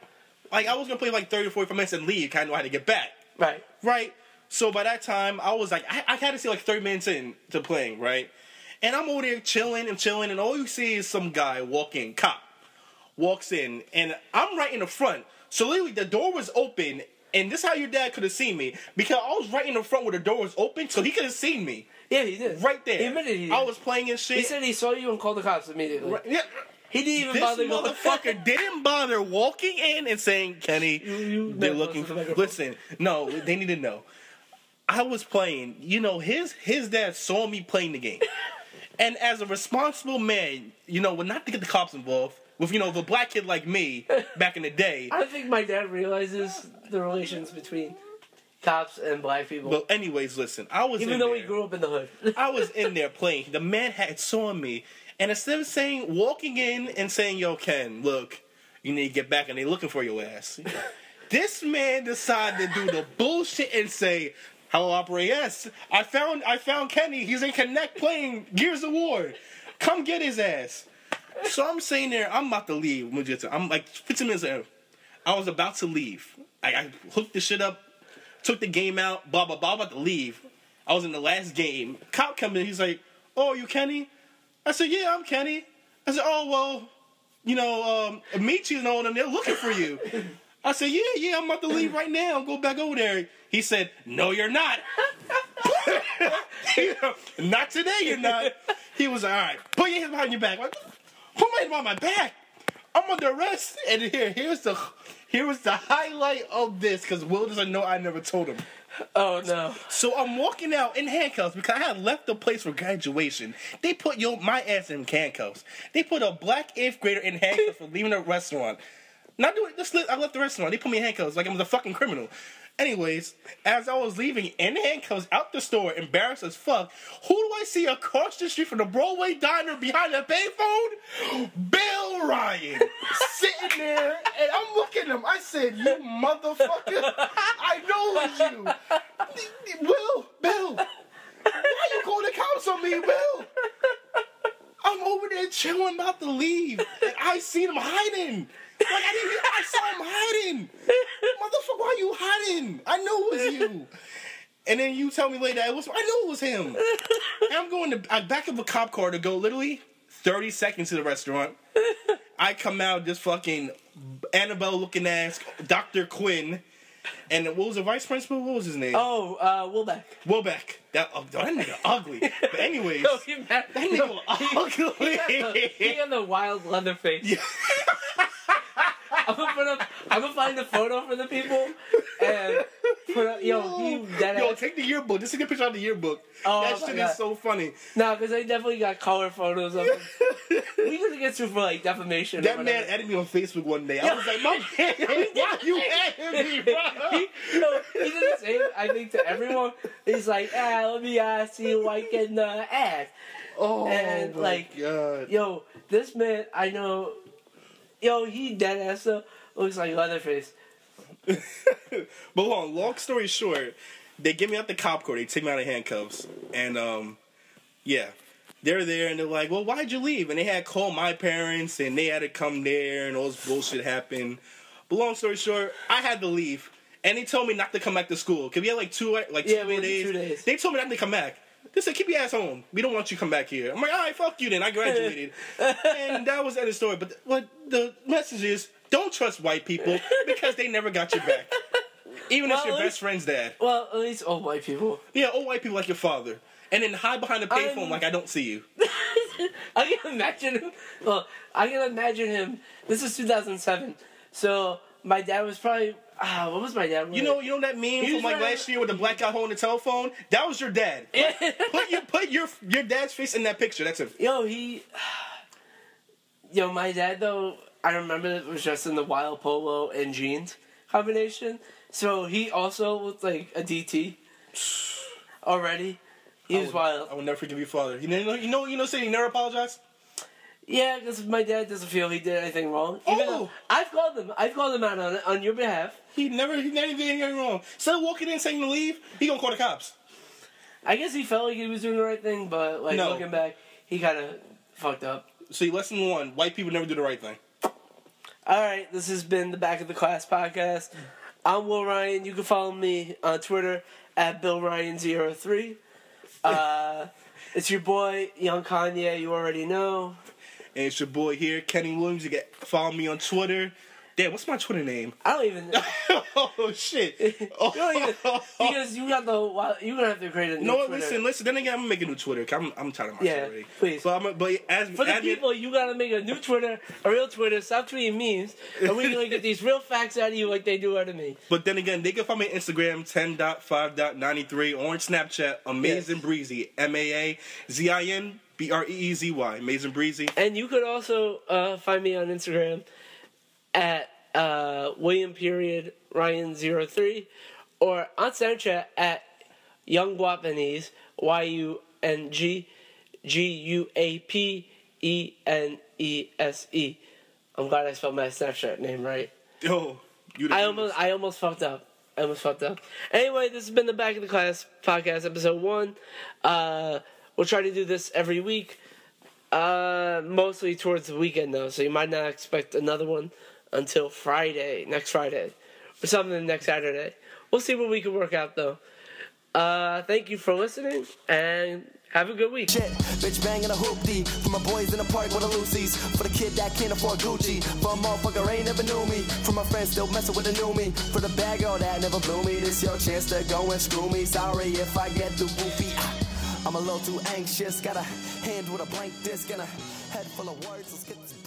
Like, I was gonna play like 30 or 45 minutes and leave, kind of know how to get back,
right.
right? So by that time, I was like, I, I had to see like 30 minutes in to playing, right? And I'm over there chilling and chilling, and all you see is some guy walking, cop walks in, and I'm right in the front. So literally, the door was open, and this is how your dad could have seen me because I was right in the front where the door was open, so he could have seen me
Yeah, he did.
right there.
He admitted he did.
I was playing and shit.
He said he saw you and called the cops immediately.
Right- yeah.
He didn't even
This
bother going.
motherfucker didn't bother walking in and saying, "Kenny,
you
they're
never listen
looking
to
for."
the microphone.
Listen, no, they need to know. I was playing. You know, his his dad saw me playing the game, and as a responsible man, you know, we're not to get the cops involved. with you know the black kid like me back in the day.
I don't think my dad realizes the relations between cops and black people.
But anyways, listen, I was
even
in
though
there.
we grew up in the hood.
I was in there playing. The man had saw me, and instead of saying walking in and saying, "Yo, Ken, look, you need to get back," and they looking for your ass. this man decided to do the bullshit and say, "Hello, Opera. Yes, I found I found Kenny. He's in Connect playing Gears of War. Come get his ass." So I'm sitting there. I'm about to leave. Mujita. I'm like 15 minutes. in. I was about to leave. I, I hooked the shit up, took the game out, blah blah blah. I'm about to leave. I was in the last game. Cop comes in. He's like, "Oh, you Kenny?" I said, "Yeah, I'm Kenny." I said, "Oh well, you know, um, meet you and all them. They're looking for you." I said, "Yeah, yeah, I'm about to leave right now. Go back over there." He said, "No, you're not." not today, you're not. He was like, all right. Put your hands behind your back. Like, put my hands behind my back. I'm under arrest. And here, here's the, here was the highlight of this because Will doesn't know I never told him.
Oh no.
So I'm walking out in handcuffs because I had left the place for graduation. They put yo my ass in handcuffs. They put a black eighth grader in handcuffs for leaving a restaurant. Not doing this. I left the restaurant. They put me in handcuffs like I'm the fucking criminal. Anyways, as I was leaving in handcuffs out the store, embarrassed as fuck, who do I see across the street from the Broadway diner behind the payphone? Bill Ryan
sitting there and I'm looking at him. I said, You motherfucker, I know it's you. Will, Bill, why you calling the cops on me, Will?
I'm over there chilling, about to leave. And I seen him hiding. Like I didn't. I saw him hiding. Motherfucker, why you hiding? I know it was you. And then you tell me later it was. I knew it was him. And I'm going to I'm back of a cop car to go literally 30 seconds to the restaurant. I come out this fucking Annabelle looking ass Dr. Quinn. And what was the vice principal? What was his name? Oh.
Oh, uh, Wilbeck.
Wilbeck. That, oh, that nigga ugly. But anyways,
No, he had,
that nigga ugly.
he had the wild leather face. I'm gonna put up. I'm gonna find the photo for the people and put up. Yo, you dead
Yo,
ass.
take the yearbook. Just take a picture out of the yearbook.
Oh,
that
my
shit
God.
is so funny.
No, because I definitely got color photos of him. we gonna get you for like defamation. or
That man
whatever.
added me on Facebook one day. I was like, my man, why you adding me, bro?
he, no, he did the same. I think to everyone, he's like, "Ah, let me uh, see you liking the ass."
Oh,
And,
my
like,
God.
Yo, this man, I know. Yo, he dead ass though. Looks like Leatherface.
But hold on, long story short, they get me out the cop car. They take me out of handcuffs, and um, yeah, they're there, and they're like, "Well, why'd you leave?" And they had to call my parents, and they had to come there, and all this bullshit happened. But long story short, I had to leave, and they told me not to come back to school. Cause we had like two, like
Yeah,
two,
we
more
had
days.
two days.
They told me not to come back. They said, "Keep your ass home. We don't want you to come back here." I'm like, "All right, fuck you then." I graduated, and that was the end of the story. But what the message is: don't trust white people because they never got your back. Even if
Well,
your
at
best friend's dad.
Well, at least all white people.
Yeah, old white people like your father. And then hide behind a payphone
I'm-
like I don't see you.
I can imagine him. Well, I can imagine him. This is 2007, so my dad was probably. Ah, what was my dad?
You know, you know that meme
He's
from like
right.
last year with the black guy holding the telephone? That was your dad. put your put your your dad's face in that picture. That's it.
Yo, he. Yo, my dad though. I remember it was just in the wild polo and jeans combination. So he also looked like a DT already. He was wild.
I will never forgive your father. You know, you know, you know, saying he never apologized.
Yeah, because my dad doesn't feel he did anything wrong. Even
Oh!
though I've called him. I've called him out on on your behalf.
He never, he never did anything wrong. Instead of walking in saying to leave, he gonna call the cops.
I guess he felt like he was doing the right thing, but like
No.
looking back, he kind of fucked up.
See, lesson one: white people never do the right thing.
All right, this has been the Back of the Class podcast. I'm Will Ryan. You can follow me on Twitter at Bill Ryan03. Uh, it's your boy Young Kanye. You already know.
And it's your boy here, Kenny Williams. You can follow me on Twitter. Damn, what's my Twitter name?
I don't even
oh shit! Oh,
because you got the whole wi- you're gonna have to create a new
You know what?
Twitter.
Listen, listen. Then again, I'm gonna make a new Twitter. 'cause I'm, I'm tired of my
Yeah,
shit already.
please.
But, I'm, but as
For the
add me-
people, you gotta make a new Twitter, a real Twitter. Stop tweeting memes, and we're gonna get these real facts out of you like they do out of me.
but then again, they can find me on Instagram 10.5.93 or on Snapchat Amazing Breezy M A A Z I N B R E E Z Y. Amazing breezy.
And you could also uh, find me on Instagram at uh, William Period Ryan 3 or on Snapchat at Young Guapanese Y U N G G U A P E N E S E. I'm glad I spelled my Snapchat name right.
Yo, you. The
I
realest.
almost I almost fucked up. I almost fucked up. Anyway, this has been the Back of the Class podcast, episode one. Uh, we'll try to do this every week, uh, mostly towards the weekend though, so you might not expect another one until Friday, next Friday, or something next Saturday. We'll see what we can work out though. Uh, thank you for listening, and have a good week.
shit. Bitch banging a hoopty. For my boys in the park with the Lucy's. For the kid that can't afford Gucci. For a motherfucker ain't never knew me. For my friends still messing with the new me. For the bad girl that never blew me. This your chance to go and screw me. Sorry if I get too goofy. Ah, I'm a little too anxious. Got a hand with a blank disc and a head full of words. Let's get this. uh.